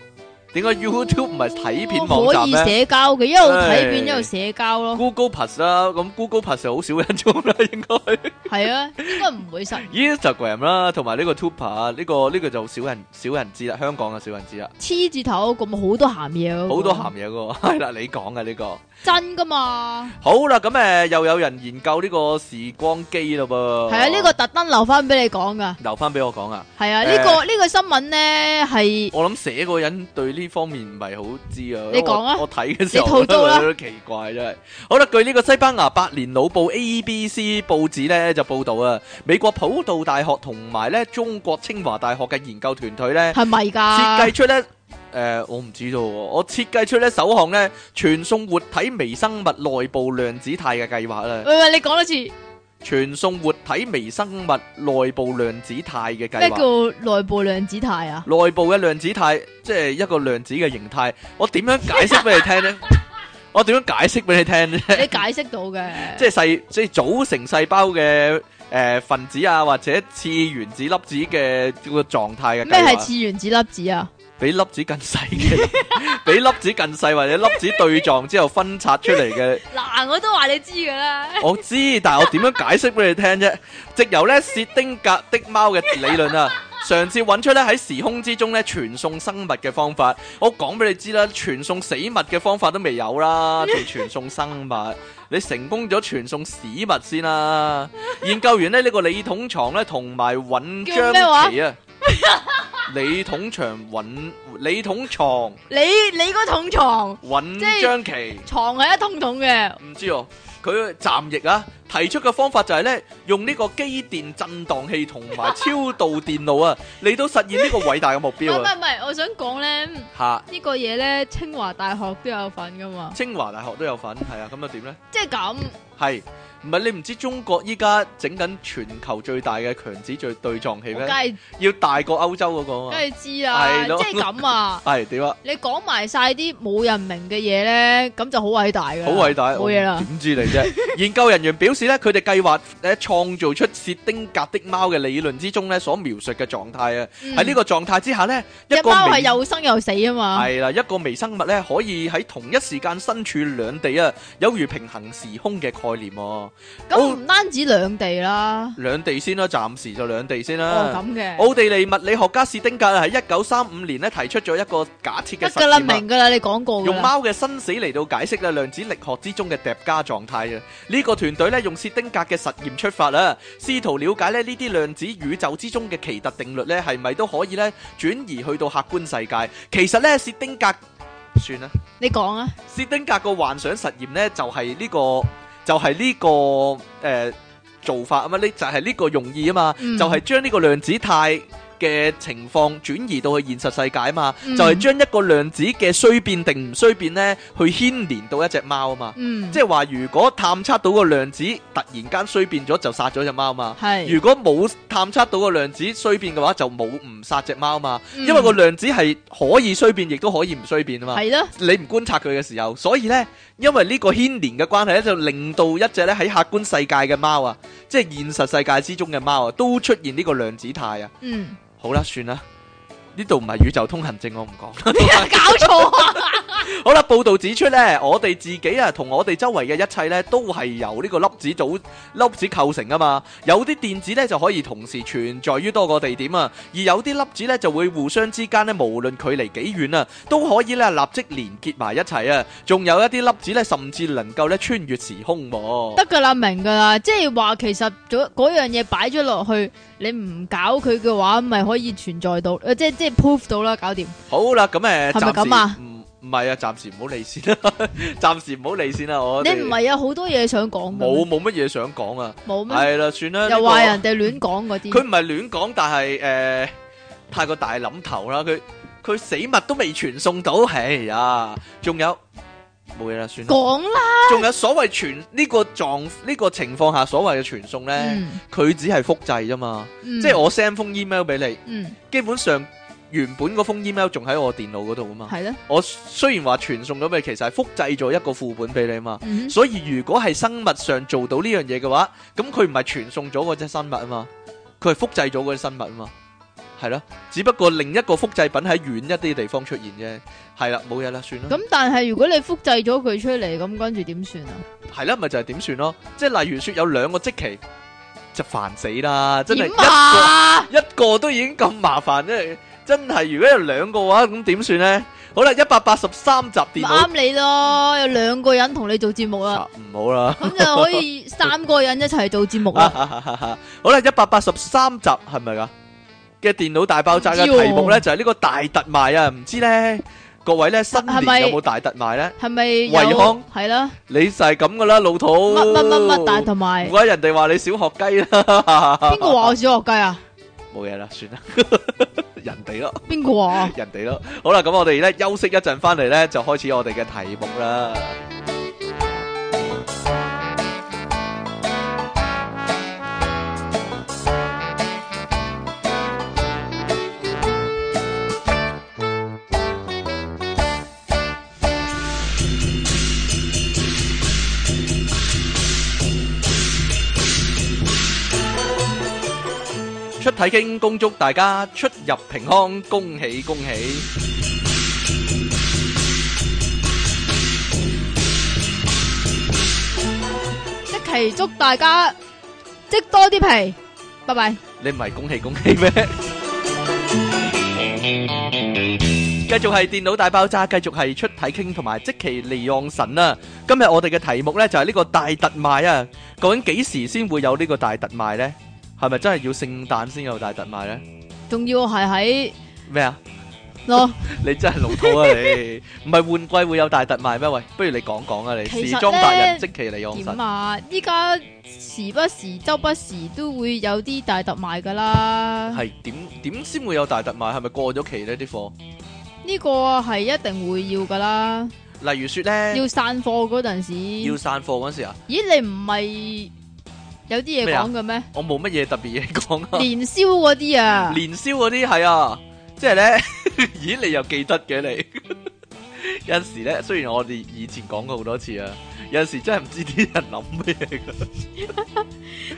點解 YouTube 唔係睇片網
哦可
站
以
咧
社交嘅，一路睇片
唉
一路社交咯，
？Google Plus 啦，咁 Google Plus 就好少人用啦， (laughs) 應該。
係啊，應該唔會實
Instagram 啦，同埋呢個 Tuber，呢個呢個就少人少人知啦，香港嘅少人知啦，
黐字頭咁好多鹹嘢嗰個，
好多鹹嘢嘅喎， (laughs) 係啦，你講嘅呢個。
真噶嘛，
好啦，咁誒又有人研究呢個時光機嘞噃。
係啊，呢個特登留翻俾你講噶，
留翻俾我講啊，
係啊，
誒
呢個呢個新聞咧係。
我諗寫嗰個人對呢方面唔係好知啊。
你講啊
因為我我睇嘅時候
你套刀啦
覺得奇怪真係。好啦，據呢個西班牙百年老報 ABC 報紙呢就報導啊，美國普渡大學同埋呢中國清華大學嘅研究團隊呢。
係咪
設
㗎
計？出咧，誒、我唔知道喎，我設計出咧首項咧傳送活體微生物內部量子態嘅計劃啦，
喂喂，你講多次咩
傳送活體微生物內部量子態嘅計劃。
叫內部量子
(laughs)
態啊？
內部嘅量子態，即係一個量子嘅形態。我點樣解釋俾你聽
(laughs)
呢？我點樣解釋俾你聽呢？
你解釋到嘅，
即係細，即係組成細胞嘅誒、呃分子啊，或者次原子粒子嘅個狀態嘅計劃。
咩係次原子粒子啊？
比粒子更細嘅，比粒子更細或者粒子對撞之後分拆出嚟嘅，
嗱，我都話你知㗎啦。
(laughs) 我知，但係我點樣解釋俾你聽啫？直由咧薛丁格的貓嘅理論
(laughs)
啊，嘗試揾出咧喺時空之中咧傳送生物嘅方法。我講俾你知啦，傳送死物嘅方法都未有
(laughs)
啦，仲傳送生物？你成功咗傳送屎物先啦！研究員咧呢、呢個李統藏咧同埋尹
叫咩話
章琪
(laughs)
啊，李統長尹李統藏。
你你嗰桶床
尹
即係
張琪
床係一桶桶嘅，
唔知哦，佢站譯啊，提出嘅方法就係咧，用呢個機電振盪器同埋超導電路啊， (laughs) 嚟到實現呢個偉大嘅目
唔係
標
唔 (laughs)
啊！
係唔係，我想講咧呢
嚇，
呢個嘢咧，清華大學都有份㗎嘛，
清華大學都有份，係啊，咁又點咧？
即係咁
係唔係你唔知中國依家整緊全球最大嘅強子最對撞器
我
咩
梗？係
要大過歐洲嗰個啊嘛！
梗係知啦，
係咯
即係咁啊！
係點啊？
你講埋晒啲冇人明嘅嘢咧，咁就好偉大㗎啦，
好偉大，
哎
啊
冇嘢
我
啦，
點知你
(laughs)
啫？研究人員表示咧，佢哋計劃咧創造出薛丁格的貓嘅理論之中咧所描述嘅狀態啊。喺呢
個
個狀態之下呢，一
只
個
嗯貓係
微
又生又死啊嘛，
係啦，一個微生物呢，可以喺同一時間身處兩地啊，有如平行時空嘅概念喎。
咁唔單止兩地啦。
兩地先啦，暫時就兩地先
哦，
啦。
咁嘅，
奧地利物理學家史丁格啊喺一九三五年呢提出咗一個假設嘅
得
實
噶啦，
驗啊
明噶啦，你講過
用
噶啦，
貓嘅生死嚟到解釋咧量子力學之中嘅疊加狀態啊！呢個團隊咧用薛丁格嘅實驗出發啊，試圖了解咧呢啲量子宇宙之中嘅奇特定律咧係咪都可以咧轉移去到客觀世界？其實咧薛丁格算啦，
你講啊，
薛丁格個幻想實驗咧就係呢個就係呢個誒做法啊嘛，呢就係呢個用意啊嘛，
嗯
就係將呢個量子態嘅情況轉移到去現實世界啊嘛。
嗯
就係將一個量子嘅衰變定唔衰變呢，去牽連到一隻貓啊嘛。
嗯，
即係話，如果探測到個量子突然間衰變咗，就殺咗只貓啊嘛。
係，
如果冇探測到個量子衰變嘅話，就冇唔殺只貓啊嘛。
嗯
因為個量子係可以衰變，亦都可以唔衰變啊嘛。
係
(laughs)
咯，
你唔觀察佢嘅時候，所以呢，因為呢個牽連嘅關係呢，就令到一隻咧喺客觀世界嘅貓啊，即係現實世界之中嘅貓啊，都出現呢個量子態啊。
嗯，
好啦，算啦，呢度唔係宇宙通行證，我唔講啦。
搞錯啊，
好啦，報道指出呢，我哋自己啊，同我哋周圍嘅一切呢，都係由呢個粒子組粒子構成啊嘛。有啲電子呢就可以同時存在於多個地點啊，而有啲粒子呢就會互相之間呢，無論距離幾遠啊，都可以呢立即連結埋一齊啊。仲有一啲粒子呢，甚至能夠呢穿越時空喎、
得噶啦，明噶啦，即係話其實嗰嗰樣嘢擺咗落去，你唔搞佢嘅話，咪可以存在到，呃即係即係 prove 到啦，搞掂，
好啦，咁誒，
係咪
暫時
咁啊
唔唔係啊，暫時唔好理先啦， (laughs) 暫時唔好理先啦，我
你
哋
唔係有好多嘢想講嘅
冇
咩，
冇乜嘢想講啊，
冇咩，
係啦，算啦，呢
又
個
話人哋亂講嗰
佢
啲，
唔係亂講，但係誒、呃太過大諗頭啦。佢佢死物都未傳送到，哎呀！仲有冇嘢啦，算啦。
講啦，
仲有所謂傳呢個狀呢、個情況下所謂嘅傳送呢，
嗯，
佢、只係複製啫嘛。
嗯
即係，我 send 封 email 俾你，
嗯，
基本上原本嗰封 email 仲喺我電腦嗰度啊嘛。
係咯，
我雖然話傳送咗俾你，其實係複製咗一個副本俾你啊嘛。
嗯
所以如果係生物上做到呢樣嘢嘅話，咁佢唔係傳送咗嗰隻生物啊嘛，佢係複製咗嗰隻生物啊嘛，系咯，只不過另一個複製品喺遠一啲地方出現啫。係啦，冇嘢啦，算啦。
咁但係如果你複製咗佢出嚟，咁跟住點算啊？
係啦，咪就係點算咯？即係例如说有兩個即期，就煩死啦！真係
點
一個
啊？
一個都已經咁麻煩，真係真係如果有兩個嘅話，咁點算呢？好啦，一百八十三集
咪
電腦
啱你咯，有兩個人同你做節
(laughs)
目啦，
集唔好啦。
咁就可以三個人一齊做節目啊
啊
啦。
好啦，一百八十三集係咪噶嘅電腦大爆炸嘅
唔知喎
題目呢，就係呢個大特賣啊！唔知呢，各位呢，新
係咪
年有冇大特賣呢？
係咪
惠
有
康？哦
係啦，
你就係咁噶啦，老土。
乜乜乜乜，但係同埋
唔怪人哋話你小學雞啦。
邊個話我小學雞啊？
冇嘢啦， (laughs) 算啦，人哋咯，
邊個話啊？
人哋咯。好啦，咁我哋咧休息一陣，翻嚟咧就開始我哋嘅題目啦。出體經恭祝大家出入平安，恭喜恭喜！
即期祝大家积多啲皮，拜拜。
你唔係恭喜恭喜咩？繼續係電腦大爆炸，繼續係出體傾同埋即其利昂神啊！今日我哋嘅題目呢，就係、呢個大特賣啊！究竟幾時先會有呢個大特賣呢？係咪真係要聖誕先有大特賣呢？
仲要系喺
咩啊？
咯，
你真係老土
(laughs)
啊你！唔係換季會有大特賣咩？喂，不如你講講啊你！
其實
時裝達人
呢
即其利昂
点
神
啊？依家时不时、周不时都会有啲大特卖噶啦。
係點點先會有大特賣？係咪過咗期呢啲貨？
呢个系一定会要噶啦。
例如説呢，
要散货嗰阵时，
要
咦？
散貨嗰陣時啊！
你唔系有啲嘢
咩啊
讲嘅咩？
我冇乜嘢特別嘢講啊。
年宵嗰啲啊，
年宵嗰啲係啊，即係咧， (laughs) 咦你又記得嘅你？ (laughs) 有陣時咧，雖然我哋以前講過好多次啊，有陣時真係唔知啲人諗咩嘅，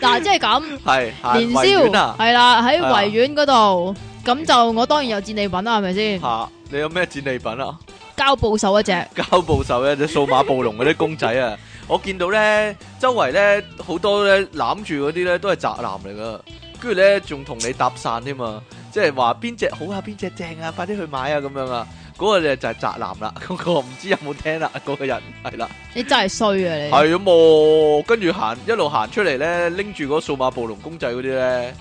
嗱，即系咁。
係行
年宵
維園啊，
系啦，喺
係啊
维园嗰度，咁就我当然有战利品啦，系咪先？
嚇你有咩展利品啊？
交布手一只，
膠布手咧，隻數碼暴龍嗰啲公仔啊，我見到咧周圍咧好多咧攬住嗰啲咧都係宅男嚟噶，跟住咧仲同你搭散添嘛，即係話邊只好啊，邊只正啊，快啲去買啊咁樣啊，嗰、個就就係宅男啦， (laughs) 嗰、個唔知有冇聽啊啦，嗰、個人係啦。
你真系衰啊你！
系啊嘛，跟住行一路行出嚟咧，拎住嗰數碼暴龍公仔嗰啲咧，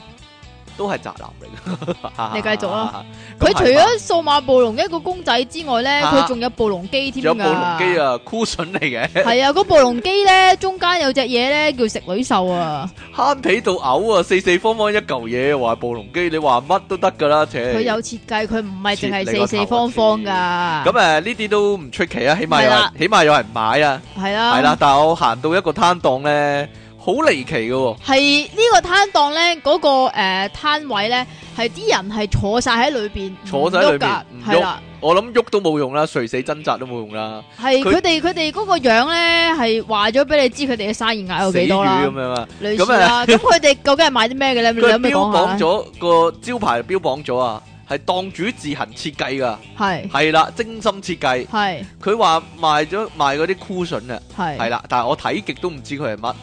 都係宅男嚟嘅。
你繼續
(laughs)
啊！
咁係
佢除咗數碼暴龍一個公仔之外咧，
啊
佢仲有暴龍機
仲
添㗎。
有暴龍機！啊，酷筍嚟嘅，
係啊，嗰暴龍機咧中間有隻嘢咧叫食女獸啊，
慳皮到嘔啊！四四方方一嚿嘢，話暴龍機，你話乜都得㗎啦，且
佢有設計，佢唔係淨係
切你個啊
四四方方㗎。
咁誒呢啲都唔出奇啊，起碼有人
係啦
起碼有人買啊，
係啦，
係啦。但係我行到一個攤檔咧，好離奇嘅喎，
係呢個攤檔咧，嗰個誒攤位咧係啲人係坐晒喺裏邊，
坐晒喺裏邊
唔
唔
喐㗎係啦，
我諗喐都冇用啦，垂死掙扎都冇用啦。
係
佢
佢哋佢哋嗰個樣咧係話咗俾你知佢哋嘅生意額有
死
幾
魚
多
咁
啦，
樣啊！
類似啦。咁佢哋究竟係買啲咩嘅咧？你
佢
有
係
咩
標
講下
榜
呢？
咗個招牌標榜咗啊，係檔主自行設計噶，
係
係啦，精心設計。
係
佢話賣咗賣嗰啲 cushion 啊，
係
係。啦，但係我睇極都唔知佢係乜。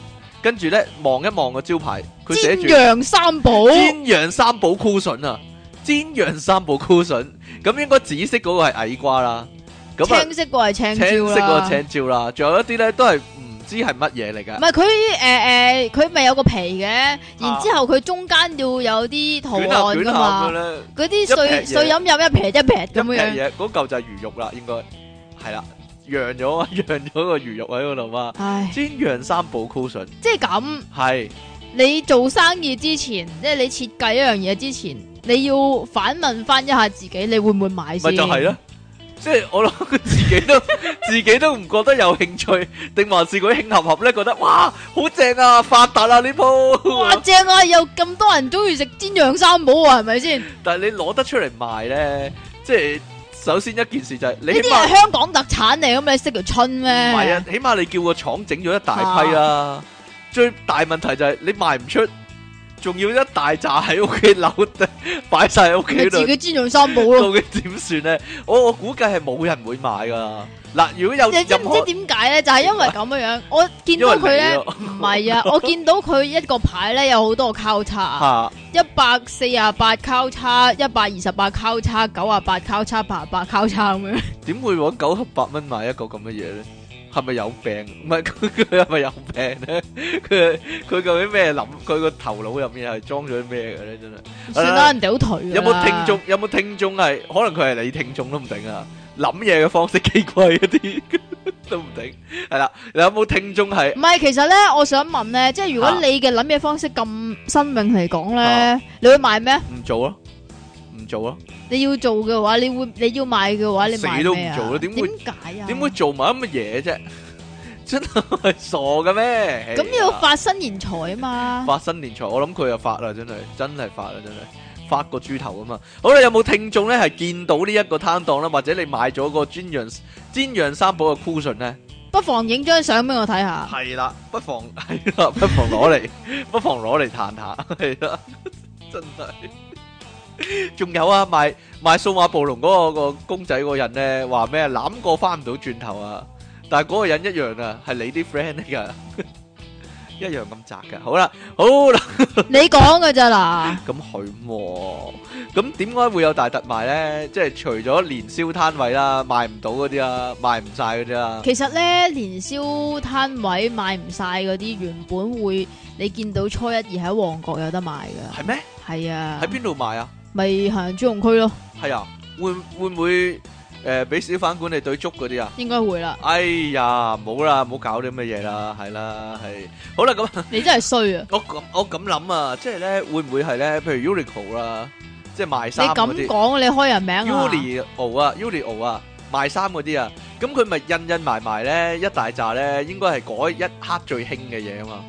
跟住咧望一望個招牌，佢寫
煎
住
羊三寶，
煎羊三寶 cushion 啊，煎羊三寶 cushion。咁應該紫色嗰個係矮瓜啦，咁啊
青色個係青
青色嗰
椒
個
啦。
青椒啦，仲有一啲咧都係唔知係乜嘢嚟
唔
㗎，
係佢誒誒，佢咪有個皮嘅，然之後佢中間要有啲圖
捲下
案
啊捲
㗎
下咁樣
嘛，
咧。
嗰啲
一
碎
劈嘢
碎飲飲一撇一撇咁
一
樣，
劈嘢，嗰嚿就係魚肉啦，應該係啦，揚咗 (laughs) 啊，揚咗個魚肉喺嗰度嘛。
唉，
煎羊三寶 cushion
即係咁，
係
你做生意之前，即係你設計一樣嘢之前，你要反問翻一下自己，你會唔會買
咪
先？
就係咯？即係我諗佢自己
(laughs)
都自己都唔覺得有興趣，定還是佢興合合咧覺得哇好正啊，發達啊呢
哇
鋪。
正啊！有咁多人中意食煎羊三寶啊，係咪先？呢
但係你攞得出嚟賣咧，即係首先一件事就係你起
啲
碼
係香港特產嚟，咁你識條春咩？
唔係啊，起碼你叫個廠整咗一大批啦。最大問題就係你賣唔出，仲要一大扎喺屋企扭， (laughs) 擺晒喺屋企
佢
度
自。己專用三寶
(laughs)
咯。
究竟點算咧？我我估計係冇人會買噶。嗱，如果有
你知
任
唔知
何
點解咧？就係因為咁樣樣，
(laughs)
我見到佢咧，唔係啊，我見到佢一個牌咧有好多個交叉啊，
嚇
一百四啊八交叉，一百二十八交叉，九啊八交叉，八啊八交叉咁樣。
點會揾九十八蚊買一個咁嘅嘢咧？係咪有病？唔係佢佢係咪有病咧？佢佢究竟咩諗？佢個頭腦入面係裝咗啲咩嘅咧？真係。
算啦，人哋好頹㗎
有冇聽眾
啦？？
有冇聽眾係？可能佢係你聽眾都唔定啊！諗嘢嘅方式奇怪一啲 (laughs) 都唔定。係啦，有冇聽眾係
唔係，其實咧，我想問咧，即係如果
啊
你嘅諗嘢方式咁新穎嚟講咧
啊，
你會買咩？
唔做咯？唔做咯？
你要做嘅話，你會你要買嘅話，你買
死都唔
咩啊
做啦點會
點解啊？
點會做埋咁嘅嘢啫？ (laughs) 真係傻嘅咩？
咁要發新言財啊嘛？
發新年財，我諗佢又發啦，真係真係發啦，真係發個豬頭啊嘛！好啦，有冇聽眾咧係見到呢一個攤檔啦，或者你買咗個煎釀煎釀三寶嘅 cushion 咧？
不妨影張相俾我睇下。
(laughs) 系啦，不妨系啦，不妨攞嚟， (laughs) 不妨攞嚟彈下，係啦，真係。仲有啊，賣賣數碼暴龍 (laughs) 嗰、個個公仔嗰人咧，話咩攬過翻唔到轉頭啊！但係嗰個人一樣啊，係你啲 friend (laughs) 嚟噶，一樣咁窄噶。好啦，好啦，
你講嘅咋嗱？
咁佢喎，咁點解會有大特賣咧？即係除咗年宵攤位啦，賣唔到嗰啲啊，賣唔晒嗰啲啊，
其實咧，年宵攤位賣唔晒嗰啲，原本會你見到初一二喺旺角有得賣噶。
係咩？
係啊
喺，邊度賣啊？
咪行珠紅區咯，
係啊，會會唔會誒俾小販管理隊捉嗰啲啊？。
應該會啦
(laughs) 哎呀，冇啦，冇搞啲咁嘅嘢啦，係啦，係好啦，咁
你真係衰啊！
我咁我咁諗啊，即係咧會唔會係咧？譬如 Uniqlo 啦，即係賣
你
衫嗰
咁
啲
講，你開人名啊？
Uniqlo 啊，Uniqlo 啊，賣衫嗰啲啊，咁佢咪印印埋埋咧一大扎咧，應該係嗰一刻最興嘅嘢啊嘛，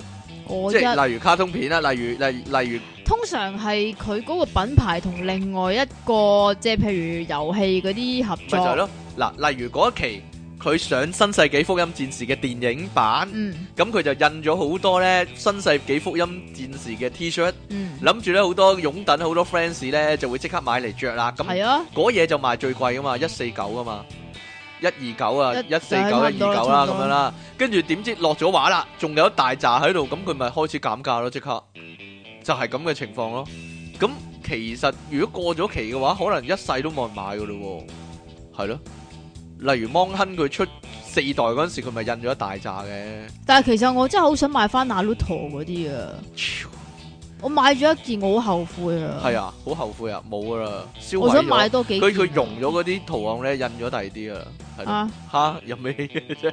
我
即
一
係例如卡通片啦，例如例例如
通常係佢嗰個品牌同另外一個，即係譬如遊戲嗰啲合
咪就係
作。
咯，嗱，例如嗰一期佢上《新世紀福音戰士》嘅電影版。
嗯
咁佢就印咗好多咧新世紀福音戰士嘅 T-shirt，
嗯，
諗住咧好多擁趸好多 fans 咧就會即刻買嚟着啦。咁
係啊，
嗰嘢就賣最貴噶嘛，一四九噶嘛，一二九啊，
一
一四九一二九啦咁樣啦。跟住點知落咗畫啦，仲有一大扎喺度，咁佢咪開始減價咯，即刻就係咁嘅情況咯。咁其實如果過咗期嘅話，可能一世都冇人買噶咯喎，係咯。例如芒亨佢出四代嗰陣時，佢咪印咗一大扎嘅。
但係其實我真係好想買翻 Naruto 嗰啲啊！我買咗一件，我好後悔啊！
係啊，好後悔啊，冇噶啦，燒
我想
毀
買
咗。
多幾件啊
佢佢融咗嗰啲圖案咧，印咗第二啲啊，係咯，
啊！
嚇有咩嘢啫？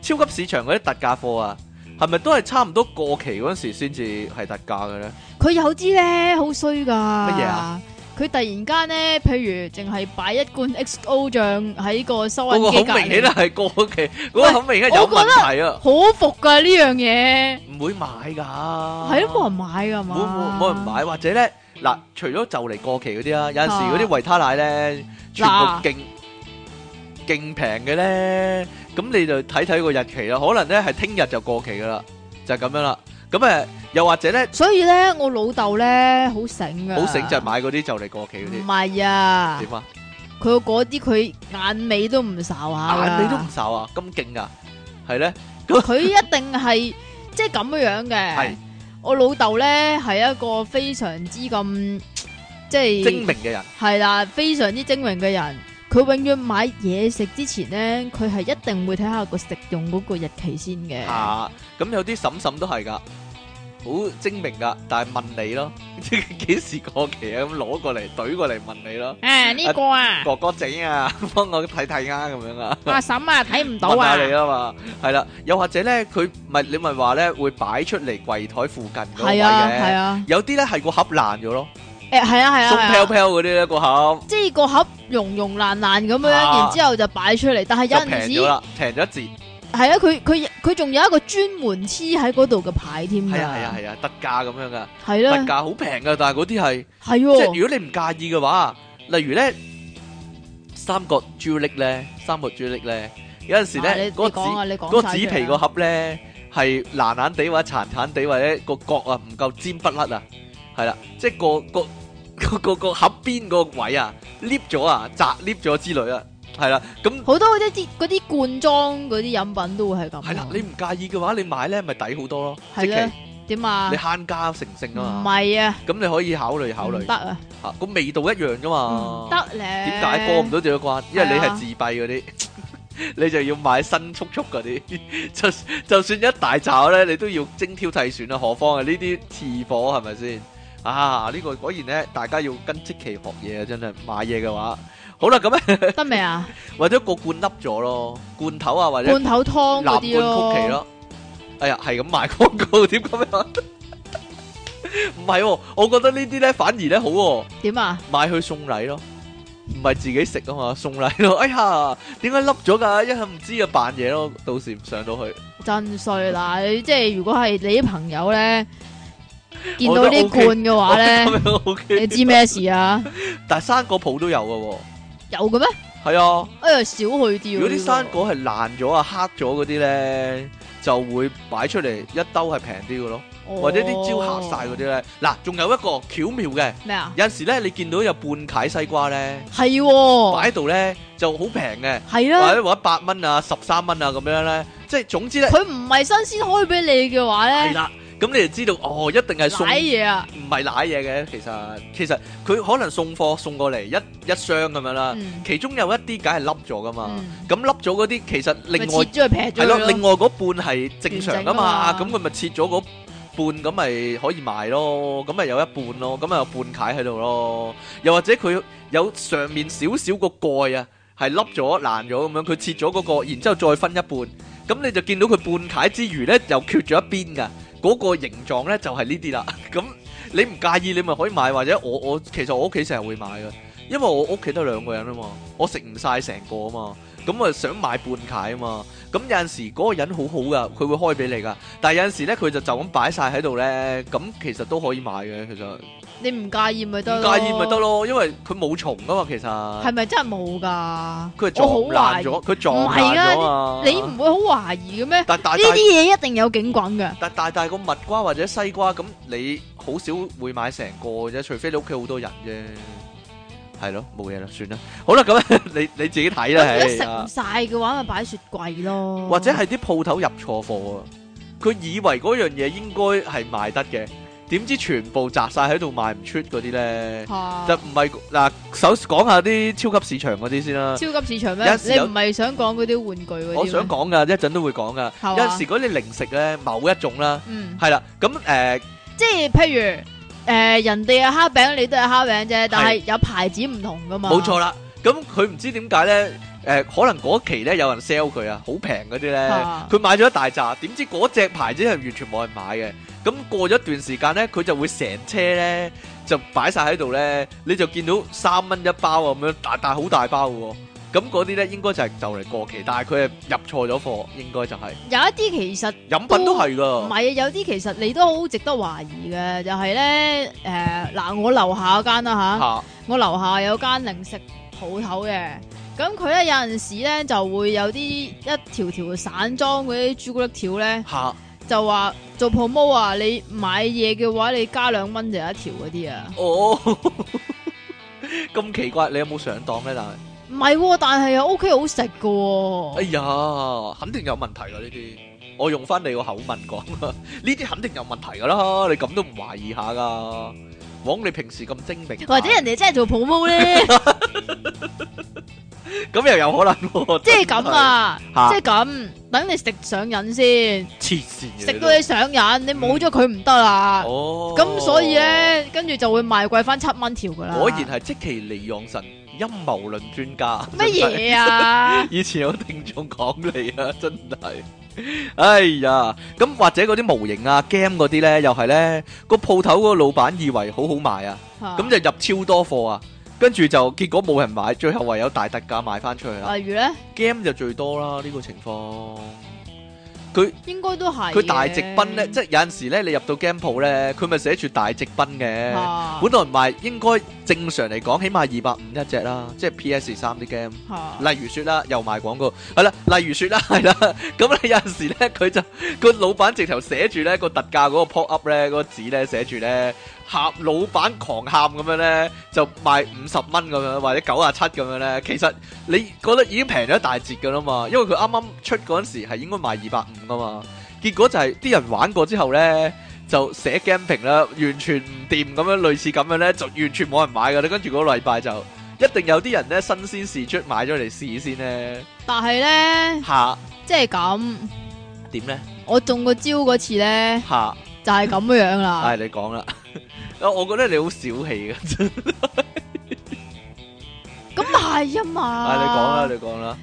(laughs) 超級市場嗰啲特價貨啊，係咪都係差唔多過期嗰陣時先至係特價嘅咧？
佢有支咧好衰噶，
乜嘢啊？
佢突然間咧，譬如淨係擺一罐 XO 醬喺個收
嗰個
銀機
哦
隔
好明顯啊
離，
係過期，嗰個好明顯有問題啊，
好服噶呢樣嘢，
唔會買㗎，
係
係
都冇人買噶
冇
嘛，
啊冇冇人買，或者咧嗱，除咗就嚟過期嗰啲啊，有陣時嗰啲
啊
維他奶咧，全部
嗱
勁勁平嘅咧，咁你就睇睇個日期啦，可能咧係聽日就過期噶啦，就係咁樣啦。咁誒，又或者咧，
所以咧，我老豆咧好醒噶，
好醒就係買嗰啲就嚟過期嗰
唔
啲，
係啊，
點
佢嗰啲佢眼尾都唔睄下
啊？
㗎
眼尾都唔睄啊，咁勁噶，係咧，
佢一定係即係咁樣
係
嘅。我老豆咧係一個非常之咁即
精
係
明嘅人，
係啦，非常之精明嘅人。佢永遠買嘢食之前咧，佢係一定會睇下個食用嗰個日期先嘅。
啊，咁有啲嬸嬸都係噶。好精明噶，但係問你 (laughs) 咯，即係幾時過期啊？咁攞過嚟，懟過嚟問你咯。
誒呢個啊，
(laughs) 哥哥整啊，幫我睇睇啊，咁樣啊，
阿嬸啊睇唔到
問
啊
下，你啊嘛，係啦，又或者咧，佢咪你咪話咧會擺出嚟櫃台附近嗰個位
係啊係
嘅，
啊，
有啲咧係個盒爛咗咯，
誒係啊係啊
鬆
係
飄
啊，
飄嗰啲咧個盒
即係個盒溶溶爛爛咁樣，
啊
然之後就擺出嚟。但係
就
有
平
陣時
咗啦，平咗一截，
係啊，佢佢佢仲有一個專門黐喺嗰度嘅牌添㗎。
係啊係啊係啊，特價咁樣噶，
係
特
啦，
價好平噶，但係嗰啲係
係
即係
喎，
如果你唔介意嘅話，例如咧三角朱力咧，三角朱力咧，有陣時
啊你
咧
你
嗰個紙
講啊，你講
嗰個
晒
紙
出嚟
皮
啊
個盒咧係係爛爛地或者殘殘地或者個角啊唔夠尖不甩啊，係啦，即係個個個個個盒邊個位啊，lift 咗啊，窄 lift 咗之類啊，係啦，咁
好多嗰啲嗰啲罐裝嗰啲飲品都會係咁啊。
係啦，你唔介意嘅話，你買咧咪抵好多咯，即
係咧
係
點啊
你？慳家成性
唔
啊嘛，
係啊，
咁你可以考慮考
唔
慮
得啊，
嚇，個味道一樣噶嘛
唔。得咧。
點解過唔到這個關？因為你
係
係
啊
自閉嗰啲， (laughs) 你就要買新速速嗰啲。 (laughs) 就就算一大扎咧，你都要精挑細選啦。何況啊呢啲次貨係咪先？啊呢、個果然咧，大家要跟即期學嘢啊！真係買嘢嘅話，好啦咁咧， (laughs)
得未啊？
或者個罐凹咗咯，罐頭啊或者
罐頭湯嗰
藍
啲
罐曲奇
咯，
咯。哎呀，係咁賣廣告點咁樣？唔係喎，我覺得呢啲咧反而咧好喎、
點啊？
買去送禮咯，唔係自己食啊嘛，送禮咯。哎 (laughs) 呀，點解凹咗㗎？一係唔知啊，扮嘢咯，到時唔上到去。
真衰啦！你即係如果係你啲朋友咧，見到
我覺得
呢
OK，
罐
(laughs)
嘅話 (laughs) 咧，
咁樣
你
OK。
知咩事啊？
但係生果鋪都有嘅
有嘅咩？
喎，係啊。
哎呀，少去啲喎。
如果啲
呢個
生果係爛咗啊、黑咗嗰啲咧，就會擺出嚟一兜係平啲嘅咯，或者啲蕉黑晒嗰啲咧。嗱，仲有一個巧妙嘅，
咩啊？
有陣時咧你見到有半解西瓜咧，
係
擺
喎，
喺度咧就好平嘅，
係
或
啦。
者或者八蚊啊、十三蚊啊咁樣咧，即係總之咧。
(laughs) 佢唔係新鮮開俾你嘅話
係
咧，
啦，咁你就知道哦，一定係送
瀨
唔
嘢啊！
係攋嘢嘅，其實其實佢可能送貨送過嚟一一箱咁樣啦，
嗯
其中有一啲梗係凹咗噶嘛，
嗯
咁凹咗嗰啲其實啊另外
咪切咗佢劈
係
咗
咯
佢，
另
咯。
外嗰半係正常噶嘛，啊
完
咁
整㗎
佢
嘛
咪切咗嗰半咁咪可以賣咯，咁咪有一半咯，咁咪有半解喺度咯，又或者佢有上面少少個蓋啊，係凹咗爛咗咁樣，佢切咗嗰、個，然之後再分一半，咁你就見到佢半解之餘呢，又缺咗一邊噶，嗰、個形狀呢，就係呢啲啦， (laughs) 咁你唔介意你咪可以買，或者我我其實我屋企成日會買嘅，因為我屋企得兩個人啊嘛，我食唔晒成個啊嘛，咁啊想買半解啊嘛。咁有陣時嗰個人好好噶，佢會開俾你噶。但係有陣時咧，佢就就咁擺晒喺度咧，咁其實都可以買嘅。其實唔
你唔介意咪得咯？
介意咪得。咯，因為佢冇蟲噶嘛。其實
係咪真係冇㗎？
佢係撞
我好懷
爛
疑
咗，佢撞爛咗啊！
你唔會好懷疑嘅咩？呢
但但
啲
但
嘢一定有警棍嘅。
但但但個蜜瓜或者西瓜咁，你好少會買成個嘅啫，除非你屋企好多人啫。係咯，冇嘢啦，算啦。好啦，咁 (laughs) 你你自己睇啦。
如果
係
食
啊
唔晒嘅話，咪擺雪櫃咯。
或者係啲鋪頭入錯貨啊！佢以為嗰樣嘢應該係賣得嘅，點知全部砸晒喺度賣唔出嗰啲呢？
嚇
就唔係嗱，首講下啲超級市場嗰啲先啦。
超級市場
有
咩？
時
你
有
唔係想講嗰啲玩具嗰啲咩？啊
我想講噶，一陣都會講噶。
係
有
嘛
陣時嗰啲零食呢，某一種啦，
嗯，
係啦，咁誒
即係譬如誒人哋嘅蝦餅，你都係蝦餅啫，但係有牌子唔同噶嘛。
冇錯啦。咁佢唔知點解呢？誒可能嗰期呢有人 sell 佢啊，好平嗰啲呢，
啊
佢買咗一大扎，點知嗰隻牌子係完全冇人買嘅。咁過咗一段時間咧，佢就會成車咧就擺晒喺度咧，你就見到三蚊一包啊咁樣，大大好大包嘅喎。咁嗰啲咧應該就係就嚟過期，但係佢係入錯咗貨，應該就係、
有一啲其實。
飲品都係
唔
㗎。
係啊，有啲其實你都好值得懷疑嘅，就係咧誒嗱，我樓下嗰間啦吓，
嚇
我樓下有間零食鋪頭嘅，咁佢咧有陣時咧就會有啲一條條散裝嗰啲朱古力條咧，
嚇
就話做 promo 啊，你買嘢嘅話你加兩蚊就有一條嗰啲啊，
哦， (laughs) 咁奇怪，你有冇上當咧？但係，
唔係喎，但係又 OK 好食嘅喎
哎，呀，肯定有問題㗎呢啲。我用翻你個口吻講啊， (laughs) 呢啲肯定有問題㗎啦，你咁都唔懷疑下㗎？枉你平時咁精明，
或者人哋真係做 promo 咧，
(laughs) 咁又有可能喎，
即係咁啊，
嚇
即係咁，等你食上癮先。
黐線嘅
食到你上癮，你冇咗佢唔得啦。
哦，
咁所以，咧，跟住就會賣貴翻七蚊條噶啦。
果然係即其利用神陰謀論專家，
乜
真係？
嘢啊
(laughs) ？以前有聽眾講你啊，真係，哎呀，咁或者嗰啲模型啊、game 嗰啲咧，又係咧個鋪頭嗰個老闆以為好好賣啊，咁
咁
就入超多貨啊，跟住就結果冇人買，最後
啊
唯有大特價賣翻出去啦。
例如咧，
game 就最多啦，呢個情況佢
應該都係
佢大直奔咧，即
係
係有陣時咧，你入到 game 鋪咧，佢咪寫住大直奔嘅。本
本
來賣應該正常嚟講，起碼二百五一隻啦，即係 PS 三啲 game。例
啊
如説啦，又賣廣告，係啦，例如説啦，係啦，咁咧有陣時咧，佢就個老闆直頭寫住咧個特價嗰個 pop up 咧，嗰個紙咧寫住咧喊老闆狂喊咁樣咧，就賣五十蚊咁樣，或者九啊七咁樣咧。其實你覺得已經平咗一大截㗎啦嘛，因為佢啱啱出嗰陣時係應該賣二百五㗎嘛，結果就係、啲人玩過之後咧。就寫 game 評啦，完全唔掂咁樣，類似咁樣咧，就完全冇人買㗎啦。跟住嗰個禮拜就一定有啲人咧新鮮事出買咗嚟試先咧，
但係咧，
下
即係咁，
點咧？
我中個招嗰次咧
下，
就係咁樣
(laughs) 唉、
啦。
你講啦，我覺得你好小氣嘅，
咁係啊
唉、
嘛。
你講啦，你講啦，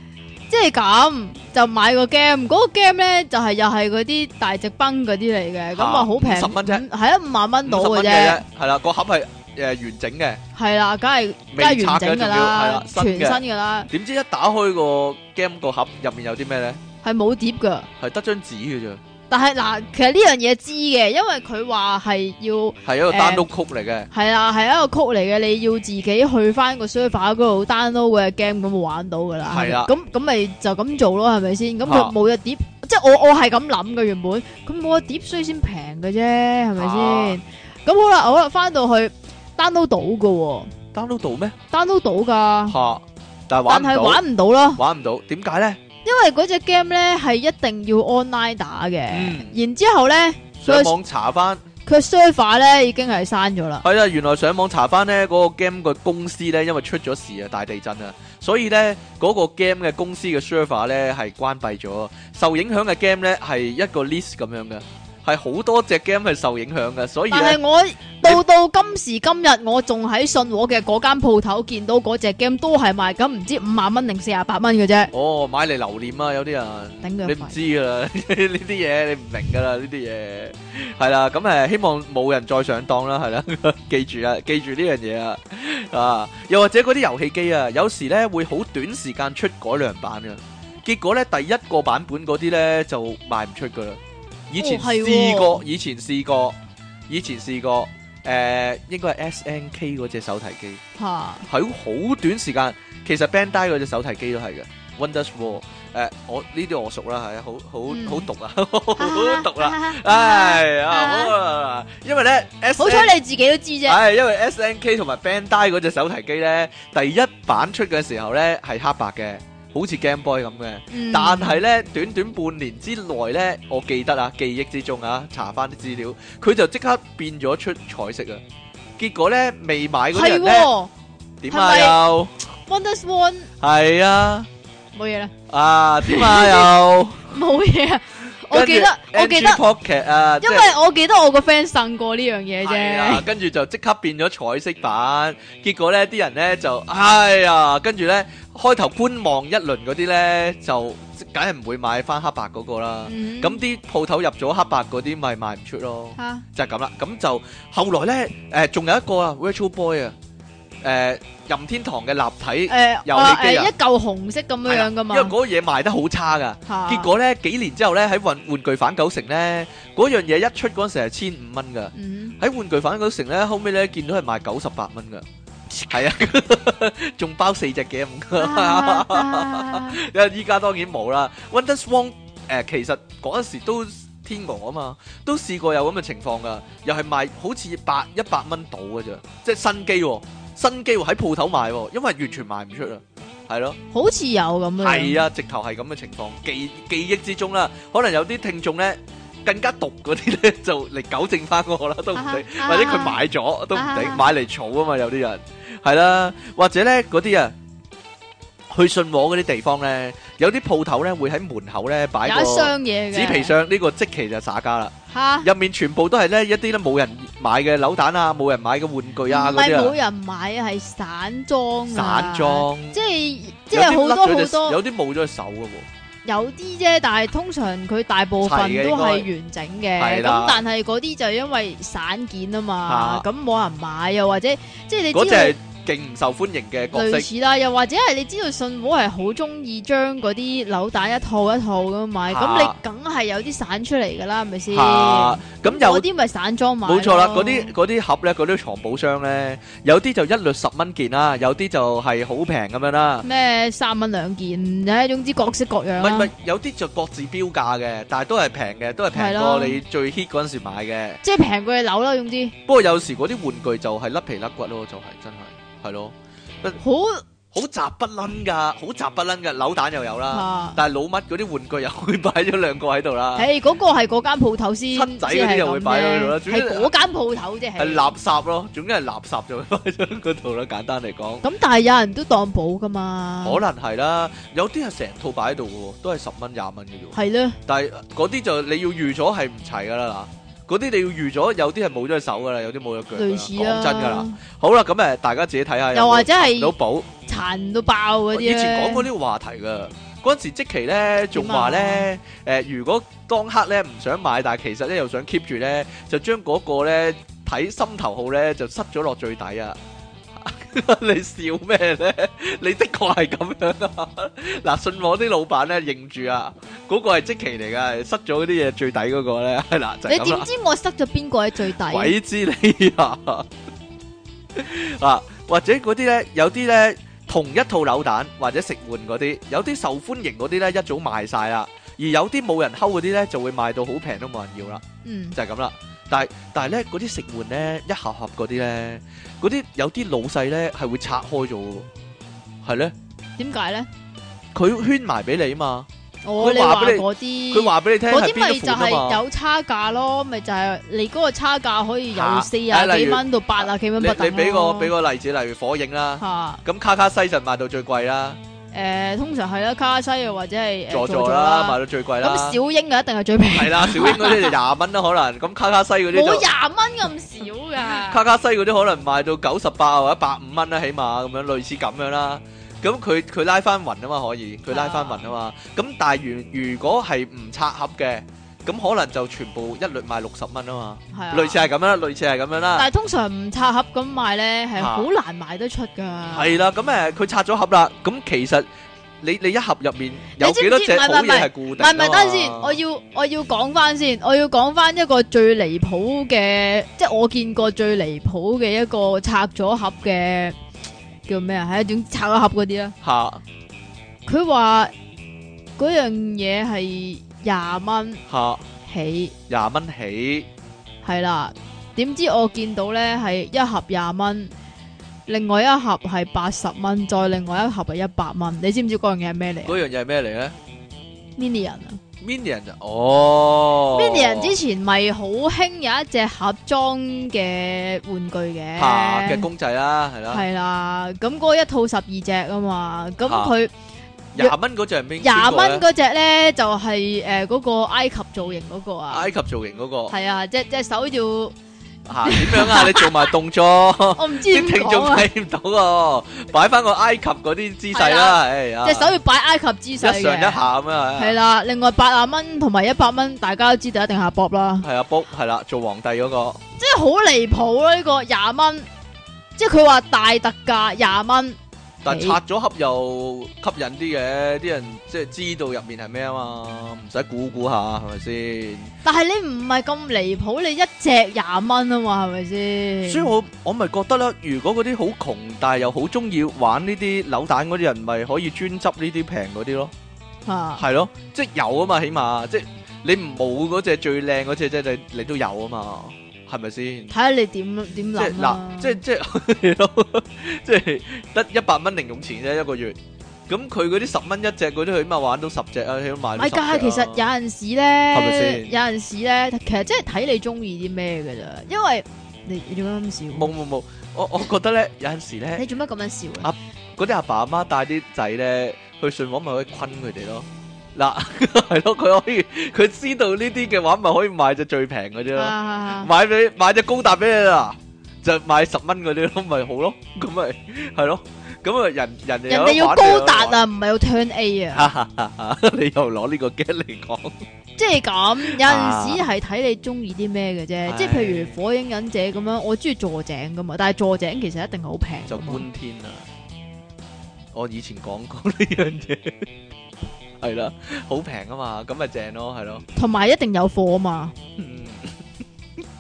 即係咁就買個 game，嗰個 game 咧就係又係嗰啲大直崩嗰啲嚟嘅，咁啊好平，
50蚊啫
嗯，係啊五萬蚊到
五十
嘅
蚊
啫，
啫，係啦，個盒係誒、呃完整嘅，
係啦，梗係
未
梗係
拆嘅
完整
仲
㗎
要，係
啦
啦，，新
全新
嘅。
㗎啦，
點知一打開個 game 個盒入面有啲咩咧？
係冇碟㗎。
係得張紙嘅
但係嗱，其實呢樣嘢知嘅，因為佢話係要
啫，係一個
誒
download 曲嚟嘅，
係啦，係一個曲嚟嘅，你要自己去翻個 server 嗰度 download 嘅 game 咁就玩到噶啦。
係啦
咁咁咪就咁做咯，係咪先？咁
嚇
佢冇一碟，即係我我係咁諗嘅原本，佢冇一碟所以先平嘅啫，係咪先？咁好啦，好啦，翻到去 download 到嘅喎
download 到咩？
，download 到噶，
嚇！但係玩唔
但係
到，
玩唔到咯，
玩唔到，點解咧？
因為嗰只 game 咧係一定要 online 打嘅，
嗯
然之後咧
上
佢
網查翻。
佢 server 咧已經係刪咗啦，
係啦，原來上網查翻呢嗰、個 game 嘅公司呢，因為出咗事啊，大地震啊，所以呢嗰、個 game 嘅公司嘅 server 呢係關閉咗，受影響嘅 game 呢係一個 list 咁樣嘅，係好多隻 game 係受影響嘅，所以
但
呢
係我到到今時今日，我仲喺信和嘅嗰間鋪頭見到嗰只 game 都係賣緊唔知五萬蚊定四廿八蚊嘅啫，
哦買嚟留念啊，有啲人。
頂
你
佢
唔
肺！
知噶啦，呢 (laughs) 啲嘢你唔明噶啦，呢啲嘢係啦，咁誒希望冇人再上當啦，係啦， (laughs) 記住啊，記住呢樣嘢啊，啊，又或者嗰啲遊戲機啊，有時咧會好短時間出改良版嘅，結果咧第一個版本嗰啲咧就賣唔出噶啦，以前
哦係喎
試過，以前試過，以前試過，誒應該係 SNK 嗰只手提機。
吓，
喺好短時間，其實 Bandai 嗰隻手提機都係嘅，Wonders War。誒，我呢啲我熟啦，係啊好
嗯啊
好好毒啊， (laughs) 好毒啦，
啦
唉啊好啊，因為咧 S，
好彩你自己都知啫，
係因為 S N K 同埋 Bandai 嗰隻手提機咧，第一版出嘅時候咧係黑白嘅，好似 Game Boy 咁嘅。
嗯
但係咧，短短半年之內咧，我記得啊，記憶之中啊，查翻啲資料，佢就即刻變咗出彩色啊！結果咧，未買嗰啲
係
人咧，
喎
點啊
係咪
又？
，Wonders One
系啊，(laughs)
冇嘢啦，
啊点啊又，
冇嘢啊，我記得我記得，
pocket 啊，
因為我記得我個 friend 送過呢樣嘢
系
啫
啊，，跟住就即刻變咗彩色版，結果咧啲人咧就哎呀，跟住咧開頭觀望一輪嗰啲咧就梗係唔會買翻黑白嗰個啦，
嗯
咁啲鋪頭入咗黑白嗰啲咪賣唔出咯。
吓
就係咁啦。咁就後來咧，誒、仲有一個啊，Virtual à, Boy À, 啊，誒、任天堂嘅立體，
誒
遊
啊
戲
誒
機啊啊
一嚿紅色咁樣樣噶
因
嘛
為，嗰個嘢賣得好差噶。
嚇
結果咧幾年之後咧喺玩玩具反九成咧嗰樣嘢一出嗰陣時係千五蚊噶， (laughs)
嗯 (laughs)
喺玩具反九成咧後尾咧見到係賣九十八蚊噶，係啊， (laughs) 仲包四隻 game
啊
㗎。
啊
因 (laughs) 為依家當然冇啦。Wonder Swan 誒、其實嗰陣時都天鵝啊嘛，都試過有咁嘅情況噶，又係賣好似百一百蚊到嘅啫，即係新機喎、新機喎喺鋪頭賣喎、因為完全賣唔出啊，係咯。
好似有咁樣。
係啊，直頭係咁嘅情況，記記憶之中啦，可能有啲聽眾咧更加毒嗰啲咧，就嚟糾正翻我啦，都唔定，
啊哈
或者佢買咗都唔
啊
定，
哈
買嚟儲啊嘛，有啲人係啦，或者咧嗰啲啊，去信和嗰啲地方咧，有啲鋪頭咧會喺門口咧擺
有一
個
箱嘢嘅
紙皮箱，呢個即期就耍家啦，
吓，
入面全部都係咧一啲咧冇人買嘅扭蛋啊，冇人買嘅玩具啊
唔
嗰
係
啲
冇
啊，
人買，係散裝啊
散，裝，
即係即
有
係
啲
好
甩
多
咗
好
隻有
多
啲冇咗隻手嘅喎。
有啲啫，但係通常佢大部分
齊嘅
都係
應
完整嘅，
係啦
咁但係嗰啲就因為散件啊嘛
啊，
咁冇人買又或者即係你
嗰
知
只
道
係勁唔受歡迎嘅角色
類。似啦，又或者係你知道信和係好中意將嗰啲扭蛋一套一套咁買，咁、
嚇
你梗係有啲散出嚟㗎啦，係咪先？
嚇咁有
嗰啲咪散裝買咯。
冇錯啦，嗰啲嗰啲盒咧，嗰啲藏寶箱咧，有啲就一律十蚊件啦，有啲就係好平咁樣啦。
咩三蚊兩件，唉，總之各式各樣
唔係唔
啦
係，。有啲就各自標價嘅，但係都係平嘅，都係平
係
過
咯
你最 hit 嗰陣時買嘅。
即係平過你扭啦，總之
不過有時嗰啲玩具就係甩皮甩骨咯，就係真係係咯，
好
好雜不撚噶，好雜不撚噶，扭蛋又有啦，
啊！
但係老乜嗰啲玩具又會擺咗兩個喺度啦，
唉，嗰個係嗰間鋪頭先，
七仔嗰啲又會擺喺度啦
先係
總之
咁啫係嗰間鋪頭啫。
係垃圾咯，總之係垃圾就擺咗嗰度啦。簡單嚟講，
咁，但係有人都當寶噶嘛？
可能係啦，有啲係成套擺喺度嘅喎，都係十蚊廿蚊嘅啫喎。
係咧，
但係嗰啲就你要預咗係唔齊噶啦嗱，嗰啲你要預咗有啲係冇咗手噶啦，有啲冇咗腳㗎啦。
類似啦。
講真噶啦，，好啦，咁誒大家自己睇下有
又
冇
或者
揾到
係
寶。
殘到爆嗰
哦
啲
以
咧
前講過呢個話題噶，嗰陣時即期咧仲話咧，誒、
啊
如果當刻咧唔想買，但係其實咧又想 keep 住咧，就將嗰個咧睇心頭好咧就塞咗落最底啊！ (laughs) 你笑咩咧？你的確係咁樣啊！嗱，信我啲老闆咧認住啊，嗰、個係即期嚟噶，塞咗嗰啲嘢最底嗰個咧，係啦就係
你
咁啦
點。知我塞咗邊個喺最
(laughs)
底？
鬼知你啊！啊，或者嗰啲咧，有啲咧同一套扭蛋或者食玩嗰啲，有啲受歡迎嗰啲咧一早賣晒啦，而有啲冇人睺嗰啲咧就會賣到好平都冇人要啦，
嗯，
就係咁啦。但係但係咧嗰啲食玩咧一盒盒嗰啲咧，嗰啲有啲老細咧係會拆開咗嘅喎，係咧
點解咧？
佢圈埋俾你啊嘛，
我
佢
你
話
話
俾你
嗰啲，
佢話俾你聽
嗰
係
啲
邊
咪就
一款啊
係
嘛。
有差價咯，咪就係你嗰個差價可以
嚇
由四
啊
啊
例
幾
如
蚊到八啊幾蚊
你
不等
你俾個俾
個
個例子，例如火影啦，
嚇
咁卡卡西就賣到最貴啦。
誒，通常係啦，卡西又或者係誒
助助
助
啦，賣到最貴
咁
啦
小，英啊一定係最平，
係啦，小英嗰啲就廿蚊啦，可能咁卡卡西嗰啲
冇
就
廿蚊咁少㗎。
卡卡西嗰啲可能賣到九十八或者百五蚊啦，起碼咁樣類似咁樣啦。咁佢佢拉翻雲啊嘛，可以佢拉翻雲啊嘛。咁但係如如果係唔拆盒嘅，咁可能就全部一律賣六十蚊啊嘛，
係啊
類似係咁樣啦，類似係咁樣啦。
但係通常唔拆盒咁賣咧，係
嚇
好難賣得出㗎。
係啦，咁誒佢拆咗盒啦，咁其實你你一盒入面有
你知唔
幾多
知
隻
唔係
好啊
唔係
嘢係固定
唔係唔係，
㗎
等陣
嘛
先，我要我要講翻先，我要講翻一個最離譜嘅，即係我見過最離譜嘅一個拆咗盒嘅叫咩啊？係一種拆咗盒嗰啲啦。
嚇
佢話嗰樣嘢係廿蚊
嚇
起，
廿蚊起。
係啦。點知我見到咧係一盒廿蚊，另外一盒係八十蚊，再另外一盒係一百蚊。你知唔知嗰樣嘢係咩嚟啊
嗰樣嘢係咩嚟咧
？Minion 啊！
？Minion 就哦
Minion 之前咪好興有一隻盒裝嘅玩具嘅，
嚇嘅公仔啊啦，係啦，
係啦，咁嗰一套十二隻啊嘛，咁
嚇
佢
廿蚊嗰只係邊
廿蚊
邊個呢
嗰只咧就係誒嗰個埃及造型嗰個啊，
埃及造型嗰個
係啊，隻隻手要我
嚇點樣
(laughs)
啊？你做埋動作，
唔知點
啲聽眾
講啊，
睇唔到喎，擺翻個埃及嗰啲姿勢
係
啦，哎呀，
隻手要擺埃及
一
姿勢
上一下
嘅，
咁樣，哎
係啦，另外八啊蚊同埋一百蚊，大家都知道一定下搏啦，
係啊，卜係啦，做皇帝嗰個
即係好離譜啊咯呢個廿蚊，即係佢話大特價廿蚊，
但
起
拆咗盒又吸引啲嘅，啲人即係知道入面係咩啊嘛，唔使估估下係咪先？
但系你唔係咁離譜，你一隻廿蚊啊嘛，係咪先？
所以我我咪覺得咧，如果嗰啲好窮但係又好中意玩呢啲扭蛋嗰啲人，咪可以專執呢啲平嗰啲咯，
啊，
係咯，即係有啊嘛，起碼即係你唔冇嗰只最靚嗰只啫，你你都有啊嘛，係咪先？
睇下你點點
即係
諗啊啦
嗱，即係即係 (laughs) 係咯即係得一百蚊零用錢啫一個月，咁佢嗰啲十蚊一隻嗰啲，佢起碼玩到十隻啊，起碼買
唔
到十
係
隻啊
㗎，其實有陣時
咪
咧，
先
有陣時咧，其實真係睇你中意啲咩㗎咋，因為你你做乜咁笑？
冇冇冇，我我覺得咧有陣時咧
你。做乜咁樣笑
啊
啊？
嗰啲阿爸阿媽帶啲仔咧去信和咪可以坤佢哋咯。嗱， (laughs) 係咯，佢可以佢知道呢啲嘅話，咪可以買只最平嗰啲咯，
啊
買俾買只高達俾你啦，就買十蚊嗰啲咯，咪好咯，咁咪係咯，咁啊人人哋
人
有
哋
得
要
玩 (laughs)
高達啊，唔係要 turn A 啊，
啊！你又攞呢個 g 嚟講，
即係咁，有陣時
啊
係睇你中意啲咩嘅啫，
係
即係譬如火影忍者咁樣，我中意坐井噶嘛，但係坐井其實一定係好平㗎
就
嘛，
觀天啦。我以前講過呢樣嘢， (laughs) 係啦，好平啊嘛，咁咪正咯，係咯。
同埋一定有貨啊嘛，
嗯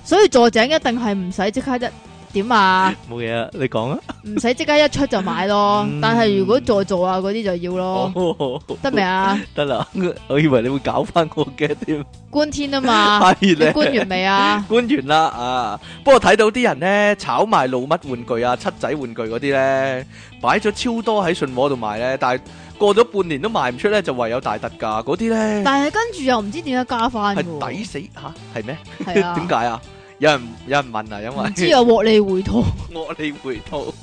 所以坐井一定係唔使即刻一點
(laughs)
啊，
冇嘢啊，你講啊。
唔使即刻一出就買咯
嗯，
但係如果坐坐啊嗰啲就要咯，
哦，
得
(laughs)
未啊？
得啦，我以為你會搞翻個 g 添。
觀天啊嘛，
係
你
咧。
觀完
(laughs)
未啊？
官員啦啊！不過睇到啲人咧炒賣老乜玩具啊、七仔玩具嗰啲咧，擺咗超多喺信和度賣咧，但係過咗半年都賣唔出咧，就唯有大特價嗰啲咧
但係跟住又唔知點解加翻
係
嘅
抵死吓，係咩？
喎，係
(laughs)
啊
點，解啊？有人有人問啊，因
唔知
為 (laughs)
啊獲利回吐，
我你回吐，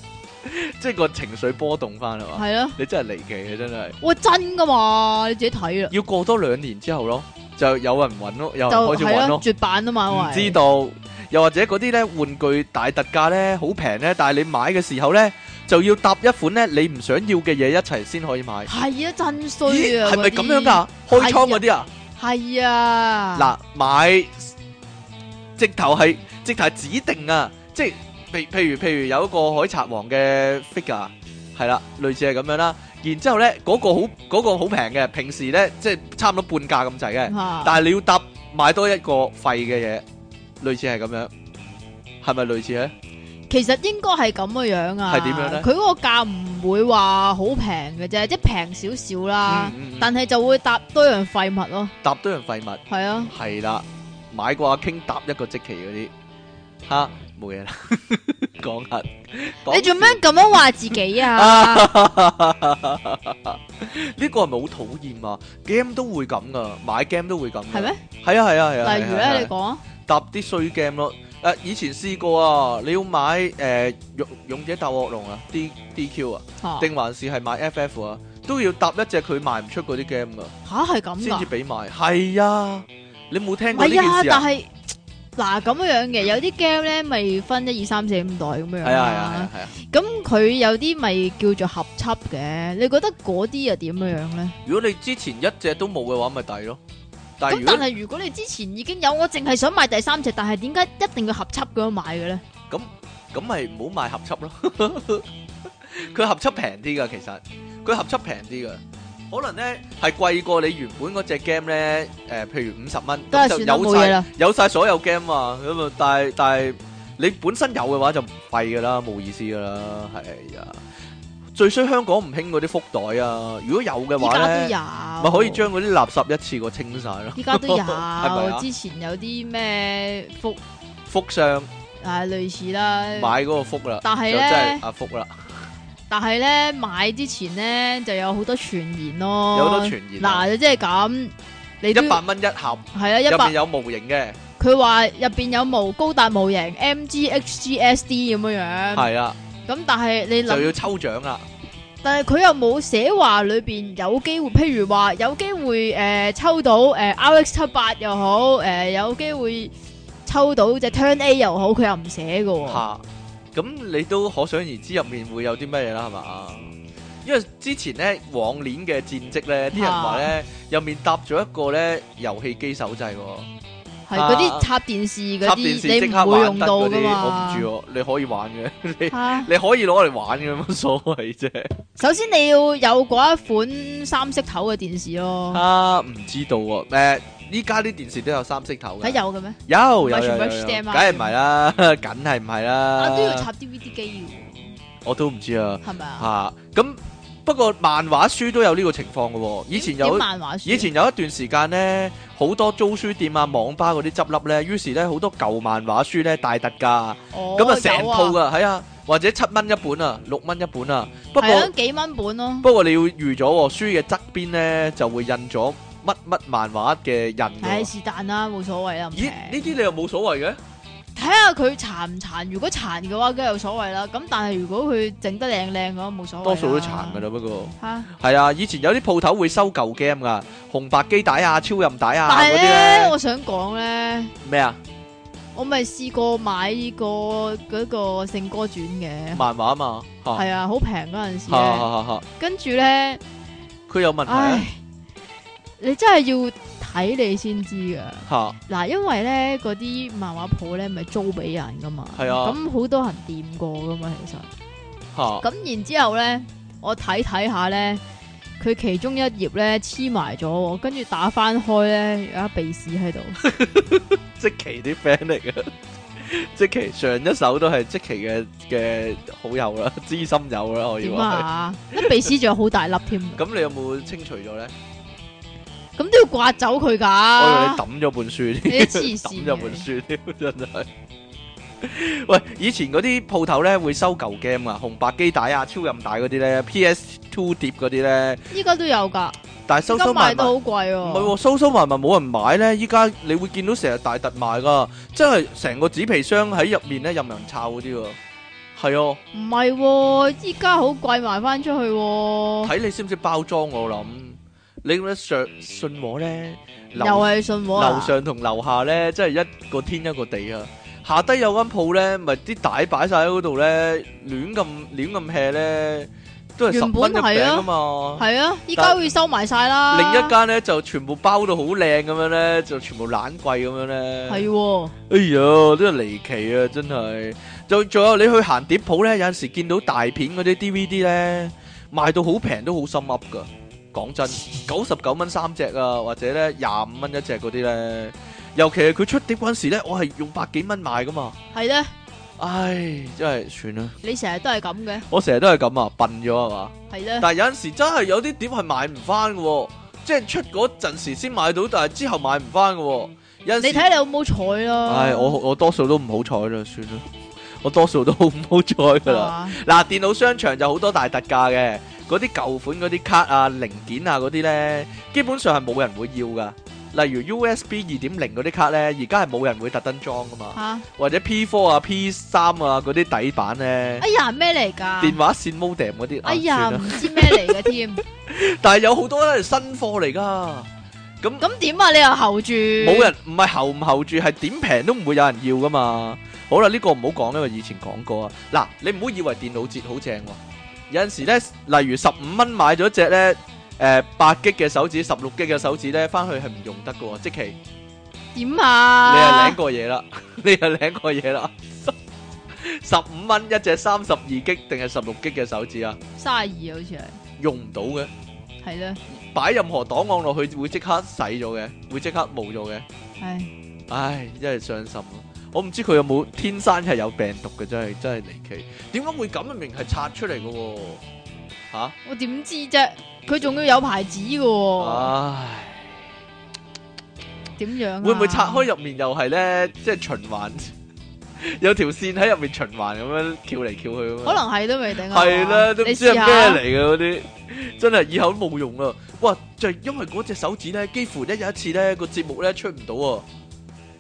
即係個情緒波動翻啦嘛。
係啊。
你真係離奇啊，真係
喂，真噶嘛？你自己睇啦，啊
要過多兩年之後咯，就有人揾咯，有人
就
啊開始
係
揾咯
咯，。絕版啊嘛，
唔
因
知
為
道，又或者嗰啲咧玩具大特價咧好平咧，但係你買嘅時候咧就要搭一款咧你唔想要嘅嘢一齊先可以買。
係啊，真衰
咦，
啊！
係咪咁樣
噶？
噶？開倉嗰啲啊，
係啊，
嗱買直頭係直頭係指定啊，即係譬譬如譬如有一個海賊王嘅 figure 係啦，類似係咁樣啦。然之後咧嗰個好嗰個好平嘅，平時咧即係差唔多半價咁滯嘅。
嗱
但係你要搭買多一個廢嘅嘢，類似係咁樣，係咪類似咧？
其實應該係咁嘅樣啊。
係點樣呢
佢嗰個價唔會話好平嘅啫，即係平少少啦，
嗯嗯嗯
但係就會搭多樣廢物咯。
搭多樣廢物
係啊，
係啦，買過阿 King 搭一個即期嗰啲，吓冇嘢啦， (laughs) 講下。講
你做咩咁樣話自
(laughs)
己啊？
呢個係咪好討厭啊？game 都會咁噶，買 game 都會咁。
係咩？？
係啊係啊係啊。
例如
係啊係啊
咧，你講啊，
搭啲衰 game 咯。誒、以前試過啊，你要買誒、勇勇者鬥惡龍啊，D DQ 啊。
嚇
定還是係買 FF 啊，都要搭一隻佢賣唔出嗰啲 game 噶，
嚇係咁
先
㗎
至。俾賣。係啊，你冇聽
唔
過呢
係
件
啊，
事
但
啊？
係嗱咁樣樣嘅，有啲 game 咧咪分一二三四五代咁樣樣
係啊係啊係
啦
啊。係啊！
咁佢有啲咪叫做合輯嘅，你覺得嗰啲又點樣樣咧？
如果你之前一隻都冇嘅話，咪抵咯。但係
咁
如
但
果
係如果你之前已經有，我淨係想買第三隻，但係點解一定要合輯咁樣買嘅咧？
咁咪唔好買合輯咯。 (laughs) 佢合輯平啲噶，其實佢合輯平啲噶，可能咧係貴過你原本嗰只 game 咧。誒、譬如五十蚊，
都
咁
係
就
算啦，
有
冇嘢
晒
啦。
有晒所有 game 啊。咁啊，但係但係你本身有嘅話就唔廢噶啦，冇意思噶啦，係啊。最衰香港唔興嗰啲福袋啊，如果有嘅
依
話
家都
咧，
有，
咪可以將嗰啲垃圾一次過清晒咯。
依家都
(laughs) 係咪
有
啊，
之前有啲咩福
福箱
啊類似啦，
買嗰個福啦，
但
就
係
真係
咧，
阿福啦，
但係咧買之前咧就有好多傳言咯，
有好多傳言啊。
嗱就即係咁，你都
一百蚊一盒，
係啊一
入
百
面。有模型嘅，
佢話入邊有模高達模型 MGHGSD 咁樣樣，
係啦，
咁但係你
就
諗，
要抽獎啦，
但係佢又冇寫話裏邊有機會，譬如話有機會誒、呃抽到誒、呃 RX 七八又好，誒、呃有機會抽到只 Turn A 又好，佢又唔寫嘅喎，
吓。咁你都可想而知入面會有啲乜嘢啦，係嘛？因為之前咧往年嘅戰績咧，啲人話
啊
咧入面搭咗一個咧遊戲機手掣喎。
係嗰
啊
啲插電視嗰
插電視即
啲，你
刻
唔會用
玩得
到
嗰
噶
啲，
嘛
我唔。住喎，你可以玩嘅， (laughs) 你
啊
你可以攞嚟玩嘅，冇所謂
(laughs)
啫。
首先你要有嗰一款三色頭嘅電視咯，
啊，唔知道喎，誒，依家啲電視都有三色頭
睇
嘅，
有嘅咩？
有有
唔係
有
全
有，
部
有梗
HDMI
係唔係啦，梗係唔係
啊都要
啦，
插 DVD 機嘅
我都唔知啊，
喎，係咪啊？
吓，咁不過漫畫書都有呢個情況嘅喎，以前
點
有
點。漫畫書
以前有一段時間呢，好多租書店啊、網吧嗰啲執笠呢。於是呢，好多舊漫畫書呢大特價，
哦
咁啊成套
有啊
噶，係啊，或者七蚊一本啊，六蚊一本啊。不過
係啊，幾蚊本咯，
不過你要預咗喎，書嘅側邊咧就會印咗乜乜漫畫嘅印㗎
唉
喎。
是但啦，冇所謂啦，唔
咦？呢
平
啲你又冇所謂嘅？
睇下佢殘唔殘，如果殘嘅話，梗係有所謂啦。咁但係如果佢整得靚靚嘅話，冇所謂。
多數都殘㗎啦，不過
嚇。
係啊，以前有啲鋪頭會收舊 game 㗎，紅白機帶啊、超任帶啊
但係
嗰啲
咧，
咧
我想講咧，
咩啊？
我咪試過買過嗰個《聖歌傳》嘅，
漫畫嘛，吓
係啊，好平嗰陣時
吓
咧，
吓吓，
跟住咧，
佢有啊問題啊
唉，你真係要睇你先知噶。
吓，
嗱，因為咧嗰啲漫畫鋪咧咪租俾人噶嘛，
係啊
咁好多人掂過噶嘛，其實。
吓
咁然之後咧，我睇睇下咧，佢其中一頁咧黐埋咗喎，跟住打翻開咧有一鼻屎喺度，
即期啲 friend 嚟嘅， (laughs) 即期上一首都係即期嘅嘅好友啦， (laughs) 知心友啦，可以
點
話
啊？粒鼻屎仲有好大粒添，
係。咁你有冇清除咗咧？
咁都要刮走佢噶。
我以為你抌咗本書
啊
(laughs)
你
添，
都黐線
抌咗本書添， (laughs) 真係。喂，以前嗰啲鋪頭咧會收舊 game 啊，紅白機帶啊、超任帶嗰啲咧、PS Two 碟嗰啲咧，
依家都有噶，
但係
依
收
家
收埋
賣
埋
到。好貴
唔
喎。
係喎，收收埋埋冇人買咧，依家你會見到成日大特賣噶，真係成個紙皮箱喺入面咧任人抄嗰啲喎。係啊，
唔係喎，依家好貴賣翻出去喎，
睇你識唔識包裝我諗。你咁樣上信我咧，
又
樓
係信和
樓
啊！
上同樓下咧，真係一個天一個地啊！下低有間鋪咧，咪啲帶擺晒喺嗰度咧，亂咁亂咁 hea 咧，都係十
原本
蚊一
係
餅
啊
啊嘛。
係啊，依家會收埋晒啦。
另一間咧就全部包到好靚咁樣咧，就全部懶貴咁樣咧。
係喎，
哎呀，真係離奇啊！真係，就仲有你去行碟鋪咧，有陣時見到大片嗰啲 DVD 咧，賣到好平都好心噏噶。講真，九十九蚊三隻啊，或者咧廿五蚊一隻嗰啲咧，尤其係佢出碟嗰陣時咧，我係用百幾蚊買噶
(laughs)
嘛。
係咧，
唉，真係算啦，
你成日都係咁嘅，
我成日都係咁啊，笨咗係嘛。
係咧，
但係有陣時真係有啲碟係買唔翻嘅喎，即係出嗰陣時先買到，但係之後買唔翻嘅喎。有陣
你
時
睇你有冇彩咯。
唉，我我多數都唔好彩啦，算啦，我多數都好唔好彩噶
係
啦。嗱，
嘛
電腦商場就好多大特價嘅，嗰啲舊款嗰啲卡啊、零件啊嗰啲咧，基本上係冇人會要噶。例如 USB 二點零嗰啲卡咧，而家係冇人會特登裝噶嘛，
吓，
或者 P 4啊、P 三啊嗰啲底板咧，
(laughs) 哎呀咩嚟噶？
電話線 modem 嗰啲，啊
哎呀
算啦
唔知咩嚟嘅
(laughs)
添，
但係有好多都係新貨嚟噶，咁。
咁點啊？你又候住
冇人唔係候唔候住，係點平都唔會有人要噶嘛。好啦，呢、個唔好講，因為以前講過啊。嗱，你唔好以為電腦節好正喎、有陣時咧，例如十五蚊買咗只咧，誒八 G 嘅手指、十六 G 嘅手指咧，翻去係唔用得噶喎。即期
點
你係領
啊？
過嘢啦， (laughs) 你係領過嘢啦。十五蚊一隻三十二 G 定係十六 G 嘅手指啊，
三廿二好似係，
用唔到嘅，
係咧，
擺任何檔案落去會即刻洗咗嘅，會即刻冇咗嘅。
唉，
唉，真係傷心啊！我唔知佢有冇天生係有病毒嘅，真係真係離奇。點解會咁啊？明明係拆出嚟嘅喎，嚇、
我點知啫？佢仲要有牌子嘅
啊
喎，
唉，
點樣啊？
會唔會拆開入面又係咧？即係循環， (laughs) 有條線喺入面循環咁樣翹嚟翹去咁樣。
可能係都未定啊
係啦，都唔
你
知係
試
咩
下
嚟嘅嗰啲，真係以後都冇用啊！哇，就係因為嗰隻手指咧，幾乎一日一次咧個節目咧出唔到啊！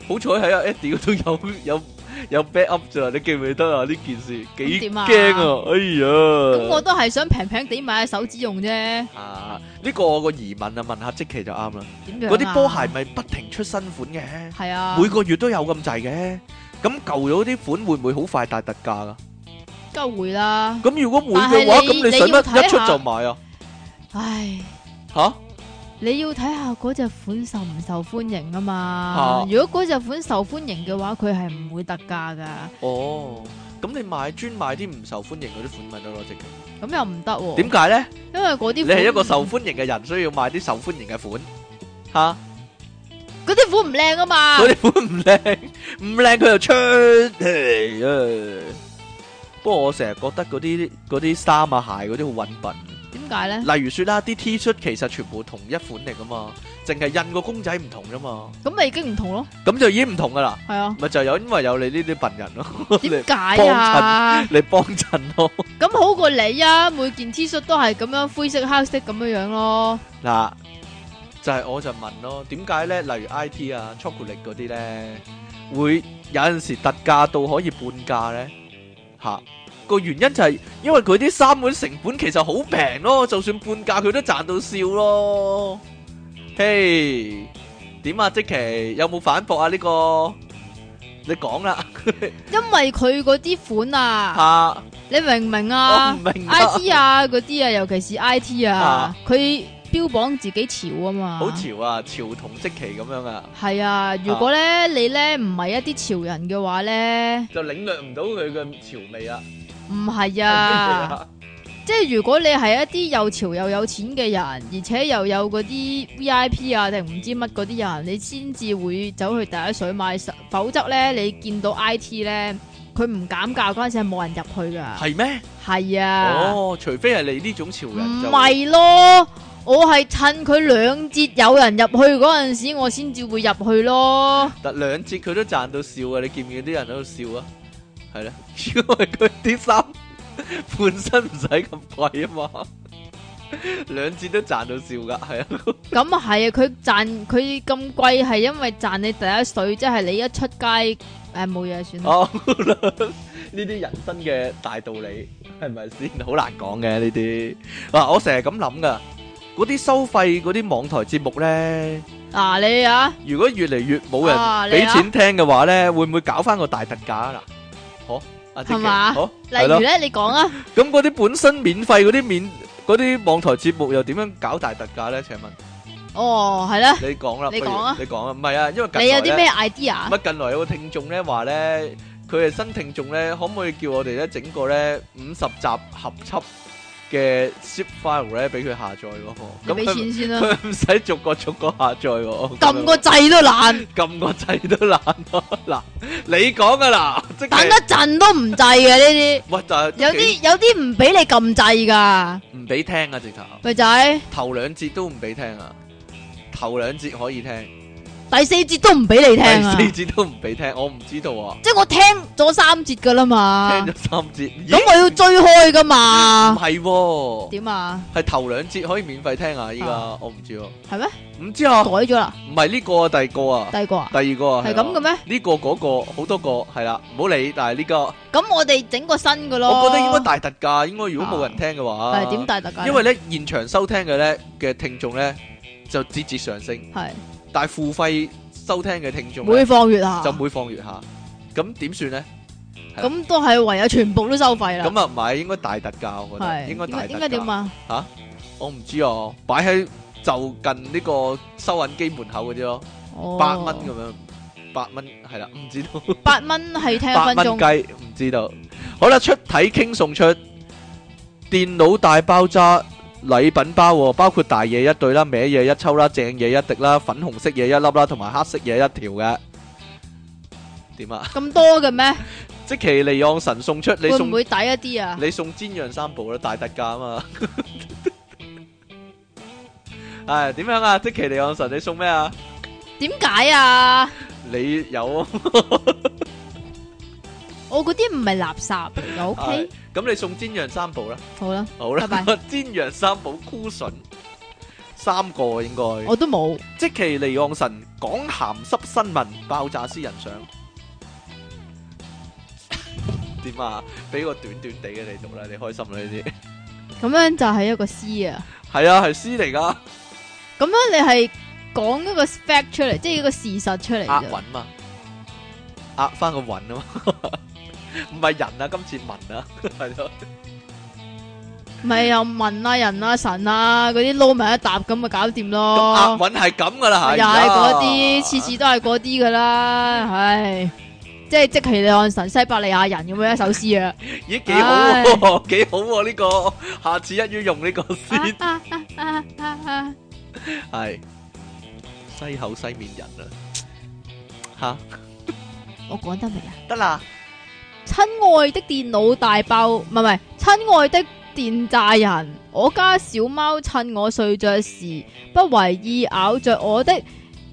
好彩喺阿 Eddie 嗰度有有有 back up 咋，你記唔記得啊？呢件事
咁
幾
點啊
驚啊！哎
咁我
呀，
都係想平平地買手指用啫，點
啊呢個我個疑問啊，問下即期就啱啦。
樣啊
嗰啲波鞋咪不停出新款嘅，
係啊，
每個月都有咁滯嘅。咁舊咗啲款會唔會好快大特價噶？
梗會啦。
咁如果會
但係
嘅話，
你
咁你
你
使
要
乜
睇
一出
下
就買啊？
唉，
吓？
你要睇下嗰只款受唔受歡迎啊
啊
嘛。如果嗰只款受歡迎嘅話，佢係唔會特價噶，
哦，咁你買專賣啲唔受歡迎嗰啲款咪得咯，直情。
咁又唔得喎。
點解咧？
因為嗰啲
你係一個
款
受歡迎嘅人，所以要買啲受歡迎嘅款。吓，
嗰啲款唔靚啊嘛，
嗰啲款唔靚，唔靚佢又出嚟啊！不過我成日覺得嗰啲嗰啲衫啊鞋嗰啲好揾笨。
點解咧？
例如說啦，啲 T 恤其實全部同一款嚟噶嘛，淨係印個公仔唔同啫嘛，
咁咪已經唔同咯，
咁就已經唔同噶啦。？
係啊
咪就有因為有你呢啲笨人咯， (laughs)
點解啊？
你幫襯咯。
咁好過你啊！每件 T 恤都係咁樣灰色黑色咁樣樣咯，
嗱，就係、我就問咯，點解咧？例如 I T 啊、巧克力嗰啲咧，會有陣時特價到可以半價咧？嚇、個原因就係因為佢啲衫嗰啲成本其實好平咯，就算半價佢都賺到笑咯。嘿，點啊？即奇有冇反駁啊？呢、個你講啦，
因為佢嗰啲款啊，
嚇，
你明唔明
我唔
啊
明啊
？I T 啊嗰啲啊，尤其是 I T 啊
啊，
佢標榜自己潮啊嘛，
好潮啊，潮同色旗咁樣啊，
系啊，如果咧你咧唔係一啲潮人嘅話咧，
就領略唔到佢嘅潮味啊。
唔係啊，即係如果你係一啲又潮又有錢嘅人，而且又有嗰啲 V I P 啊定唔知乜嗰啲人，你先至會走去第一水買實，否則咧你見到 I T 咧，佢唔減價嗰陣時係冇人入去㗎，
係咩？
係啊，
哦，除非係你呢種潮人
唔
就
係咯。我係趁佢兩折有人入去嗰陣時，我先至會入去咯。
但兩節佢都賺到笑啊！你見唔見啲人喺度笑啊？係啦， (laughs) 因為佢啲衫本身唔使咁貴啊嘛，兩節都賺到笑噶，係啊，
咁係啊，佢賺佢咁貴係因為賺你第一水，即係你一出街誒冇嘢算啦。
哦，呢啲人生嘅大道理係咪先？好難講嘅呢啲。嗱，我成日咁諗噶，嗰啲收費嗰啲網台節目咧，
嗱你啊，
如果越嚟越冇
啊
人
你
俾
啊
錢聽嘅話咧，會唔會搞翻個大特價啊？嗱，好，阿即
係嘛
好，
例
係咯
如。咧，你講啊，
咁嗰啲本身免費嗰啲免嗰啲網台節目又點樣搞大特價咧？請問
哦係啦，
你講啦，
你
不如
講啊
你講啊，唔係啊，因為近
你有
來
啲
咧，
咩 idea？啊
乜近來有個聽眾咧話咧，佢係新聽眾咧，可唔可以叫我哋咧整個咧五十集合輯嘅 zip file 咧俾佢下載喎？
你
咁
俾
(laughs) 佢
錢先啦，
佢唔使逐個逐個下載喎，
撳個掣都
(laughs)
爛，
撳個掣都難咯。嗱，你講噶啦，即
等一
係
陣都唔制嘅呢
喂，但係
啲，有啲有啲唔俾你撳掣㗎，
唔俾聽啊，直頭。
女仔
頭兩節都唔俾聽啊，頭兩節可以聽，
第四節都唔俾你聽啊，
第四節都唔俾聽，我唔知道啊，
即係我聽咗三節㗎啦嘛
聽，咗三節，
咁
咦
我要追開㗎
唔
嘛，
係喎，
點啊？
係頭兩節可以免費聽啊，依家
啊
我唔知喎，
係咩？
唔知啊
改，咗啦，
唔係呢個啊，第二個啊
第，二個啊？
第二個啊，
係
啊
咁嘅咩？
呢個嗰個好多個係啦，唔好理，但係呢個，
咁我哋整個新嘅咯，
我覺得應該大特價，應該如果冇人聽嘅話，
係點？大特價？
因為咧現場收聽嘅咧嘅聽眾咧就節節上升，
係
但係付費收聽嘅聽眾呢
每放月下，
就每況愈下，咁點算咧？
咁都係唯有全部都收費啦。
咁啊唔係，應該大特價，我覺得
係
應該大特價。
應該點？啊？
我唔知啊，擺喺就近呢個收銀機門口嗰啲咯，
哦
八蚊咁樣，八蚊係啦，唔知道，
八蚊係聽一
八
分
蚊
鐘，
雞唔知道。好啦，出體傾送出電腦大爆炸。禮品包喎，包括大嘢一對啦、歪嘢一抽啦、正嘢一滴啦、粉紅色嘢一粒啦，同埋黑色嘢一條嘅。點啊？ (laughs)
咁多嘅咩？
即其利昂神送出，你
會
送
唔會抵一啲啊？
你送煎釀三寶啦，大特價啊嘛。 (laughs) 唉，點樣啊？即其利昂神，你送咩啊？
點解啊？
你有
我嗰啲唔係垃圾嚟嘅
係
，OK，
咁你送煎釀三寶啦，
好啦，
好啦
拜，
煎釀三寶枯筍三個應該。
我都冇，
即其利昂神講鹹濕新聞，爆炸私人相。點啊？俾個短短地嘅你讀啦，你開心啦呢啲。
咁樣就係一個 C 啊。
係啊，係詩嚟噶，
咁樣你係講一個 fact 出嚟，即係一個事實出嚟
押
啫
韻嘛，押翻個韻啊嘛， (laughs) 唔係人啊，今次文啊， (laughs) 係咯。
咪又問啊人啊神啊嗰啲撈埋一沓咁咪搞掂
咁押
咯。
韻係啊咁噶啦，
又係嗰啲，次次都係嗰啲噶啦，唉，即係即其利岸神西伯利亞人咁樣一首
(laughs)
詩啊！
咦幾好喎，幾好喎呢個，下次一於用呢個先，
啊啊啊啊啊
係西口西面人啊，吓
我講得未啊？
得啦，
親愛的電腦大爆，唔係唔係，親愛的電炸人，我家小貓趁我睡着時不為意咬着我的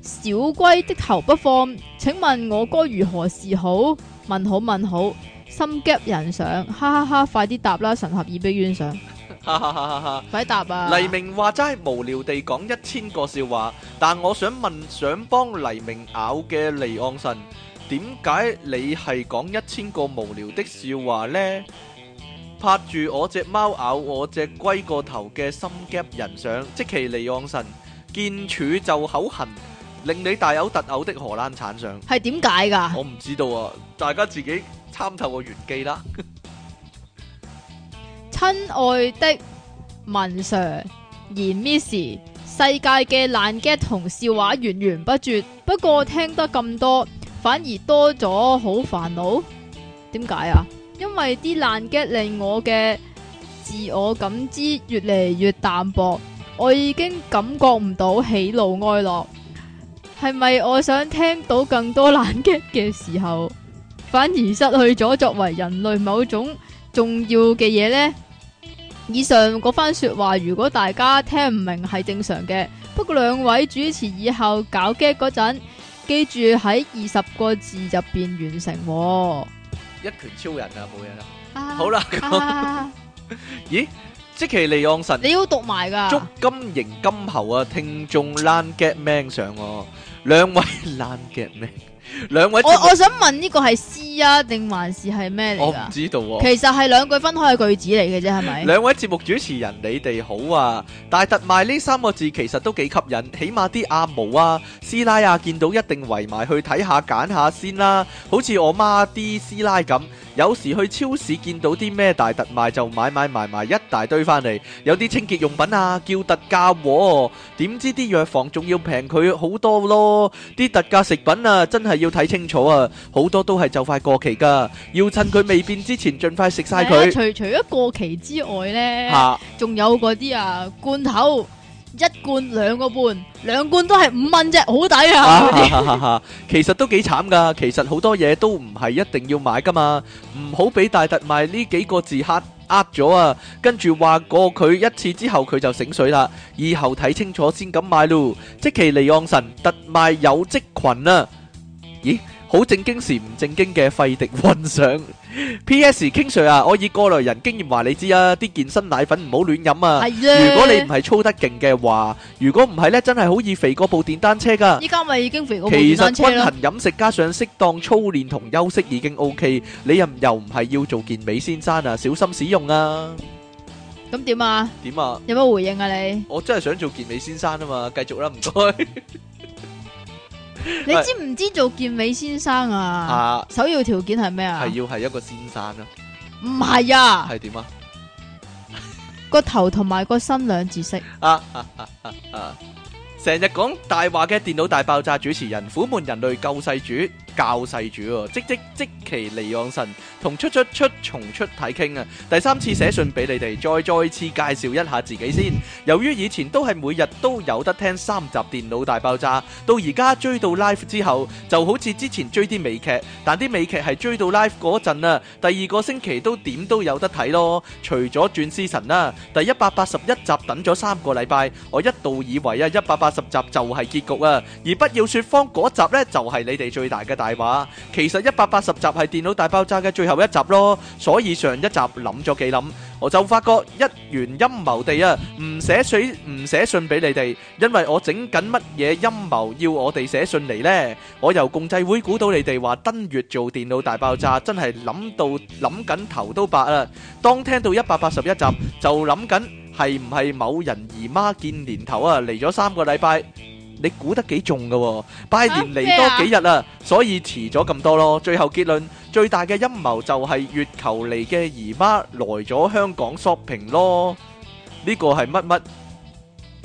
小龜的頭不放，請問我該如何是好？問好問好，心急人上，哈哈哈！快啲答啦，神合耳逼冤上，
哈哈哈哈哈。
快啲答啊！
黎明話齋無聊地講一千個笑話，但我想問，想幫黎明咬嘅離岸神，點解你係講一千個無聊的笑話呢？拍住我只貓咬我只龜個頭嘅心急人上，即其離岸神見柱就口痕，令你大有特有的荷蘭產相。
係點解㗎？
我唔知道啊，大家自己參透個玄機啦。
親愛的文 Sir、嚴 Miss，世界嘅爛 get 同笑話源源不絕，不過聽得咁多，反而多咗好煩惱。點解啊？因為啲爛 get 令我嘅自我感知越嚟越淡薄，我已經感覺唔到喜怒哀樂。係咪我想聽到更多爛 get 嘅時候，反而失去咗作為人類某種？重要嘅嘢呢，以上嗰番說話，如果大家聽唔明係正常嘅。不過兩位主持以後搞 gag 嗰陣，記住喺二十個字入邊完成喎、
一拳超人啊，冇嘢啦。
啊
好，啦，
啊
咦，即其利昂神。
(laughs) 你要讀埋噶，
祝金迎金猴啊！聽眾 Lan Get Man 上喎，兩位 Lan Get Man，兩位
我
節目
我想問呢個係詩啊，定還是係咩
我
嚟
唔
噶？
知啊道喎。
其實係兩句分開嘅句子嚟嘅啫，係咪？
兩位節目主持人，你哋好啊！大特賣呢三個字其實都幾吸引，起碼啲阿毛啊、師奶啊見到一定圍埋去睇下揀下先啦。好似我媽啲師奶咁，有時去超市見到啲咩大特賣就買買埋埋一大堆翻嚟，有啲清潔用品啊叫特價喎，點知啲藥房仲要平佢好多咯。啲特價食品啊真係要睇清楚啊，好多都係就快過期㗎，要趁佢未變之前盡快食晒
係啊
佢
除除咗過期之外呢。
嚇。
仲有嗰啲啊罐頭，一罐兩個半，兩罐都係五蚊啫，好抵啊！嗰啲
啊，其實都幾慘噶，其實好多嘢都唔係一定要買噶嘛，唔好俾大特賣呢幾個字嚇呃咗啊，跟住話過佢一次之後佢就醒水啦，以後睇清楚先咁買咯。即其利昂神特賣有職群啊，咦？好正經時唔正經嘅費迪混上。P.S. King Sir 啊，我以過來人經驗話你知啊，啲健身奶粉唔好亂飲啊。
係
如果你唔
咧，
係操得勁嘅話，如果唔係呢，真係好易肥過部電單車㗎。
依家咪已經肥過部
啊其
電
實
單
均
車啦，
衡飲食加上適當操練同休息已經 O K，你又又唔係要做健美先生啊，小心使用啊！
咁點啊？
點啊？
有乜回應啊你？
我真係想做健美先生啊嘛，繼續啦，唔該
你知唔知做健美先生 (laughs) 啊？
啊，
首要條件係咩啊
係？要係一個先生啦，
唔係啊，
係點啊？
個頭同埋個身兩字色，
啊啊啊啊啊！成日講大話嘅電腦大爆炸主持人，苦悶人類救世主、教世主喎，即即即其離岸神同出出出重出體傾啊！第三次寫信俾你哋，再再次介紹一下自己先。由於以前都係每日都有得聽三集電腦大爆炸，到而家追到 live 之後，就好似之前追啲美劇，但啲美劇係追到 live 嗰陣啊，第二個星期都點都有得睇咯。除咗轉屍神啦，第一百八十一集等咗三個禮拜，我一度以為啊一百八十集就係結局啊，而不要説謊嗰集呢，就係、你哋最大嘅大話。其實一百八十集係電腦大爆炸嘅最後一集咯，所以上一集諗咗幾諗。我就發覺一元陰謀地啊，唔寫水唔寫信俾你哋，因為我整緊乜嘢陰謀要我哋寫信嚟呢？我由共濟會估到你哋話登月做電腦大爆炸，真係諗到諗緊頭都白啊！當聽到一百八十一集就諗緊係唔係某人姨媽見年頭啊？嚟咗三個禮拜，你估得幾中㗎喎？拜年嚟
啊
多
咩
幾日啦，所以遲咗咁多咯。最後結論。最大嘅陰謀就係月球嚟嘅姨媽來咗香港 shopping 咯，呢個係乜乜？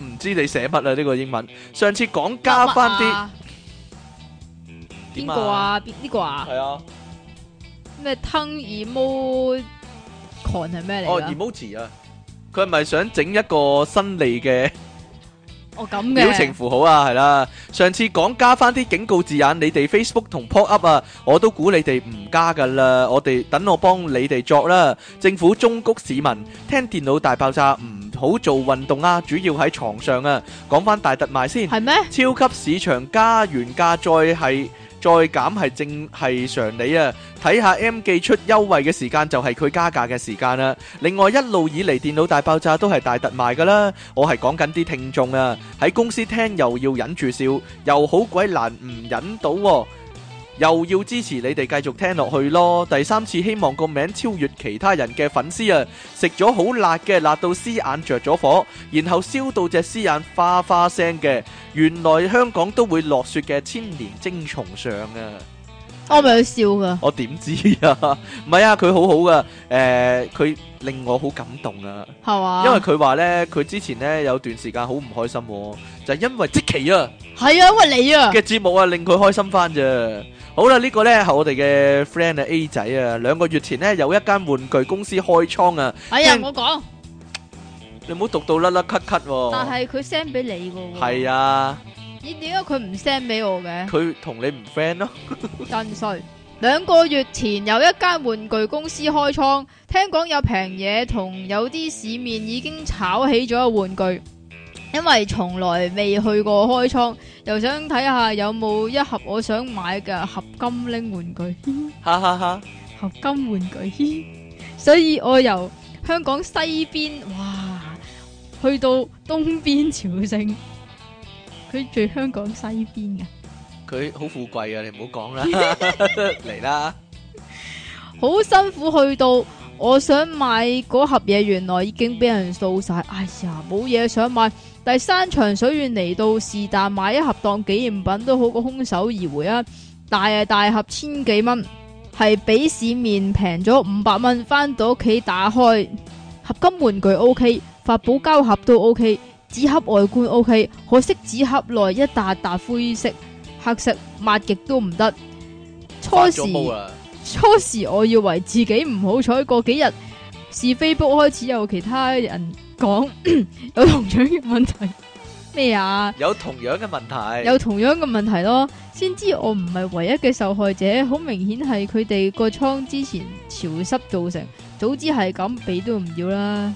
唔知你寫乜啊？呢個英文上次講加翻啲
邊
點
個？啊？邊呢個啊？
係啊，
咩吞 emo 狂係咩
哦
嚟噶？
emoji 啊，佢係咪想整一個新嚟嘅？
哦咁
表情
嘅，
符號啊，係啦。上次講加翻啲警告字眼，你哋 Facebook 同 pop up 啊，我都估你哋唔加噶啦。我哋等我幫你哋作啦。政府中谷市民聽電腦大爆炸，唔好做運動啊，主要喺床上啊。講翻大特賣先。
係咩？
超級市場加原價再係再減係正係常理啊！睇下 M 記出優惠嘅時間就係佢加價嘅時間啦。另外一路以嚟電腦大爆炸都係大特賣㗎啦。我係講緊啲聽眾啊，喺公司聽又要忍住笑，又好鬼難唔忍到喎、又要支持你哋繼續聽落去咯。第三次希望個名超越其他人嘅粉絲啊，食咗好辣嘅，辣到絲眼着咗火，然後燒到隻絲眼花花聲嘅。原來香港都會落雪嘅千年精蟲上啊！
我咪去笑噶，
我點知啊？ (laughs) 唔係啊，佢好好噶，誒、佢令我好感動啊！
系嘛？
因為佢話呢，佢之前呢有段時間好唔開心、喎，就係因為即期啊
系啊，因为你啊，
嘅節目啊令佢開心翻啫。好啦，呢、個呢係我哋嘅 friend 啊 A 仔啊，兩個月前呢有一間玩具公司開倉啊，
哎呀，
聽
我讲，
你唔好讀到甩甩咳咳
但
喎。
系佢 send 俾你噶喎，
係啊，
咦？点解佢唔 send 俾我嘅？
佢同你唔 friend 咯，
真衰！兩個月前有一間玩具公司開倉，聽講有平嘢同有啲市面已經炒起咗嘅玩具，因為從來未去過開倉，又想睇下有冇一盒我想買嘅合金拎玩具，
哈哈哈。
合金玩具， (laughs) 所以我由香港西邊哇去到東邊朝聖，佢住香港西邊嘅。
佢好富貴啊，你唔好講
(laughs)
啦，嚟啦，
好辛苦去到，我想買嗰盒嘢，原來已經俾人掃晒。哎呀，冇嘢想買。第山長水遠嚟到，是但買一盒當紀念品都好過空手而回啊！大啊大盒千幾蚊，係比市面平咗五百蚊。翻到屋企打開合金玩具 O K，法寶膠盒都 O K，紙盒外觀 O K，可惜紙盒內一笪笪灰色黑色，抹極都唔得。初
發
時
咗。毛啊！
初時我以為自己唔好彩，過幾日是 Facebook 開始有其他人講 (coughs) 有同樣嘅問題咩啊？
有同樣嘅問題，
有同樣嘅問題咯，先知我唔係唯一嘅受害者，好明顯係佢哋個倉之前潮濕造成，早知係咁俾都唔要啦。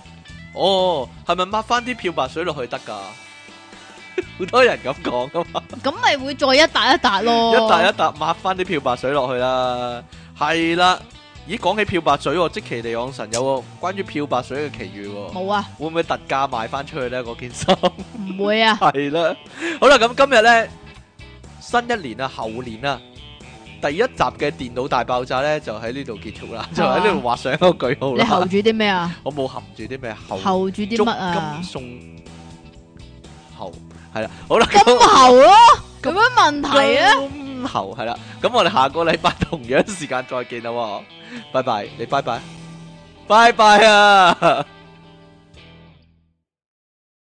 哦，係咪抹翻啲漂白水落去得㗎？ (laughs) 好多人咁講噶嘛，
咁咪會再一笪一笪咯
一笪一笪抹翻啲漂白水落去啦，係啦。咦，講起漂白水喎，即其地養神有個關於漂白水嘅奇遇喎，
冇啊，
會唔會特價賣翻出去呢？嗰件衫
唔會啊，
係啦，好啦，咁今日呢，新一年啊，後年啊，第一集嘅電腦大爆炸呢，就喺呢度結束啦，就喺呢度畫上一個句號
啊你候
啦。
住啲咩啊？
我冇含住啲咩後
候住啲乜啊
金？送喉係啦，好啦，
金喉咯，咁樣問
咁
題啊？
金喉係啦，咁我哋下個禮拜同樣時間再見啦喎，拜拜，你拜拜，拜拜啊！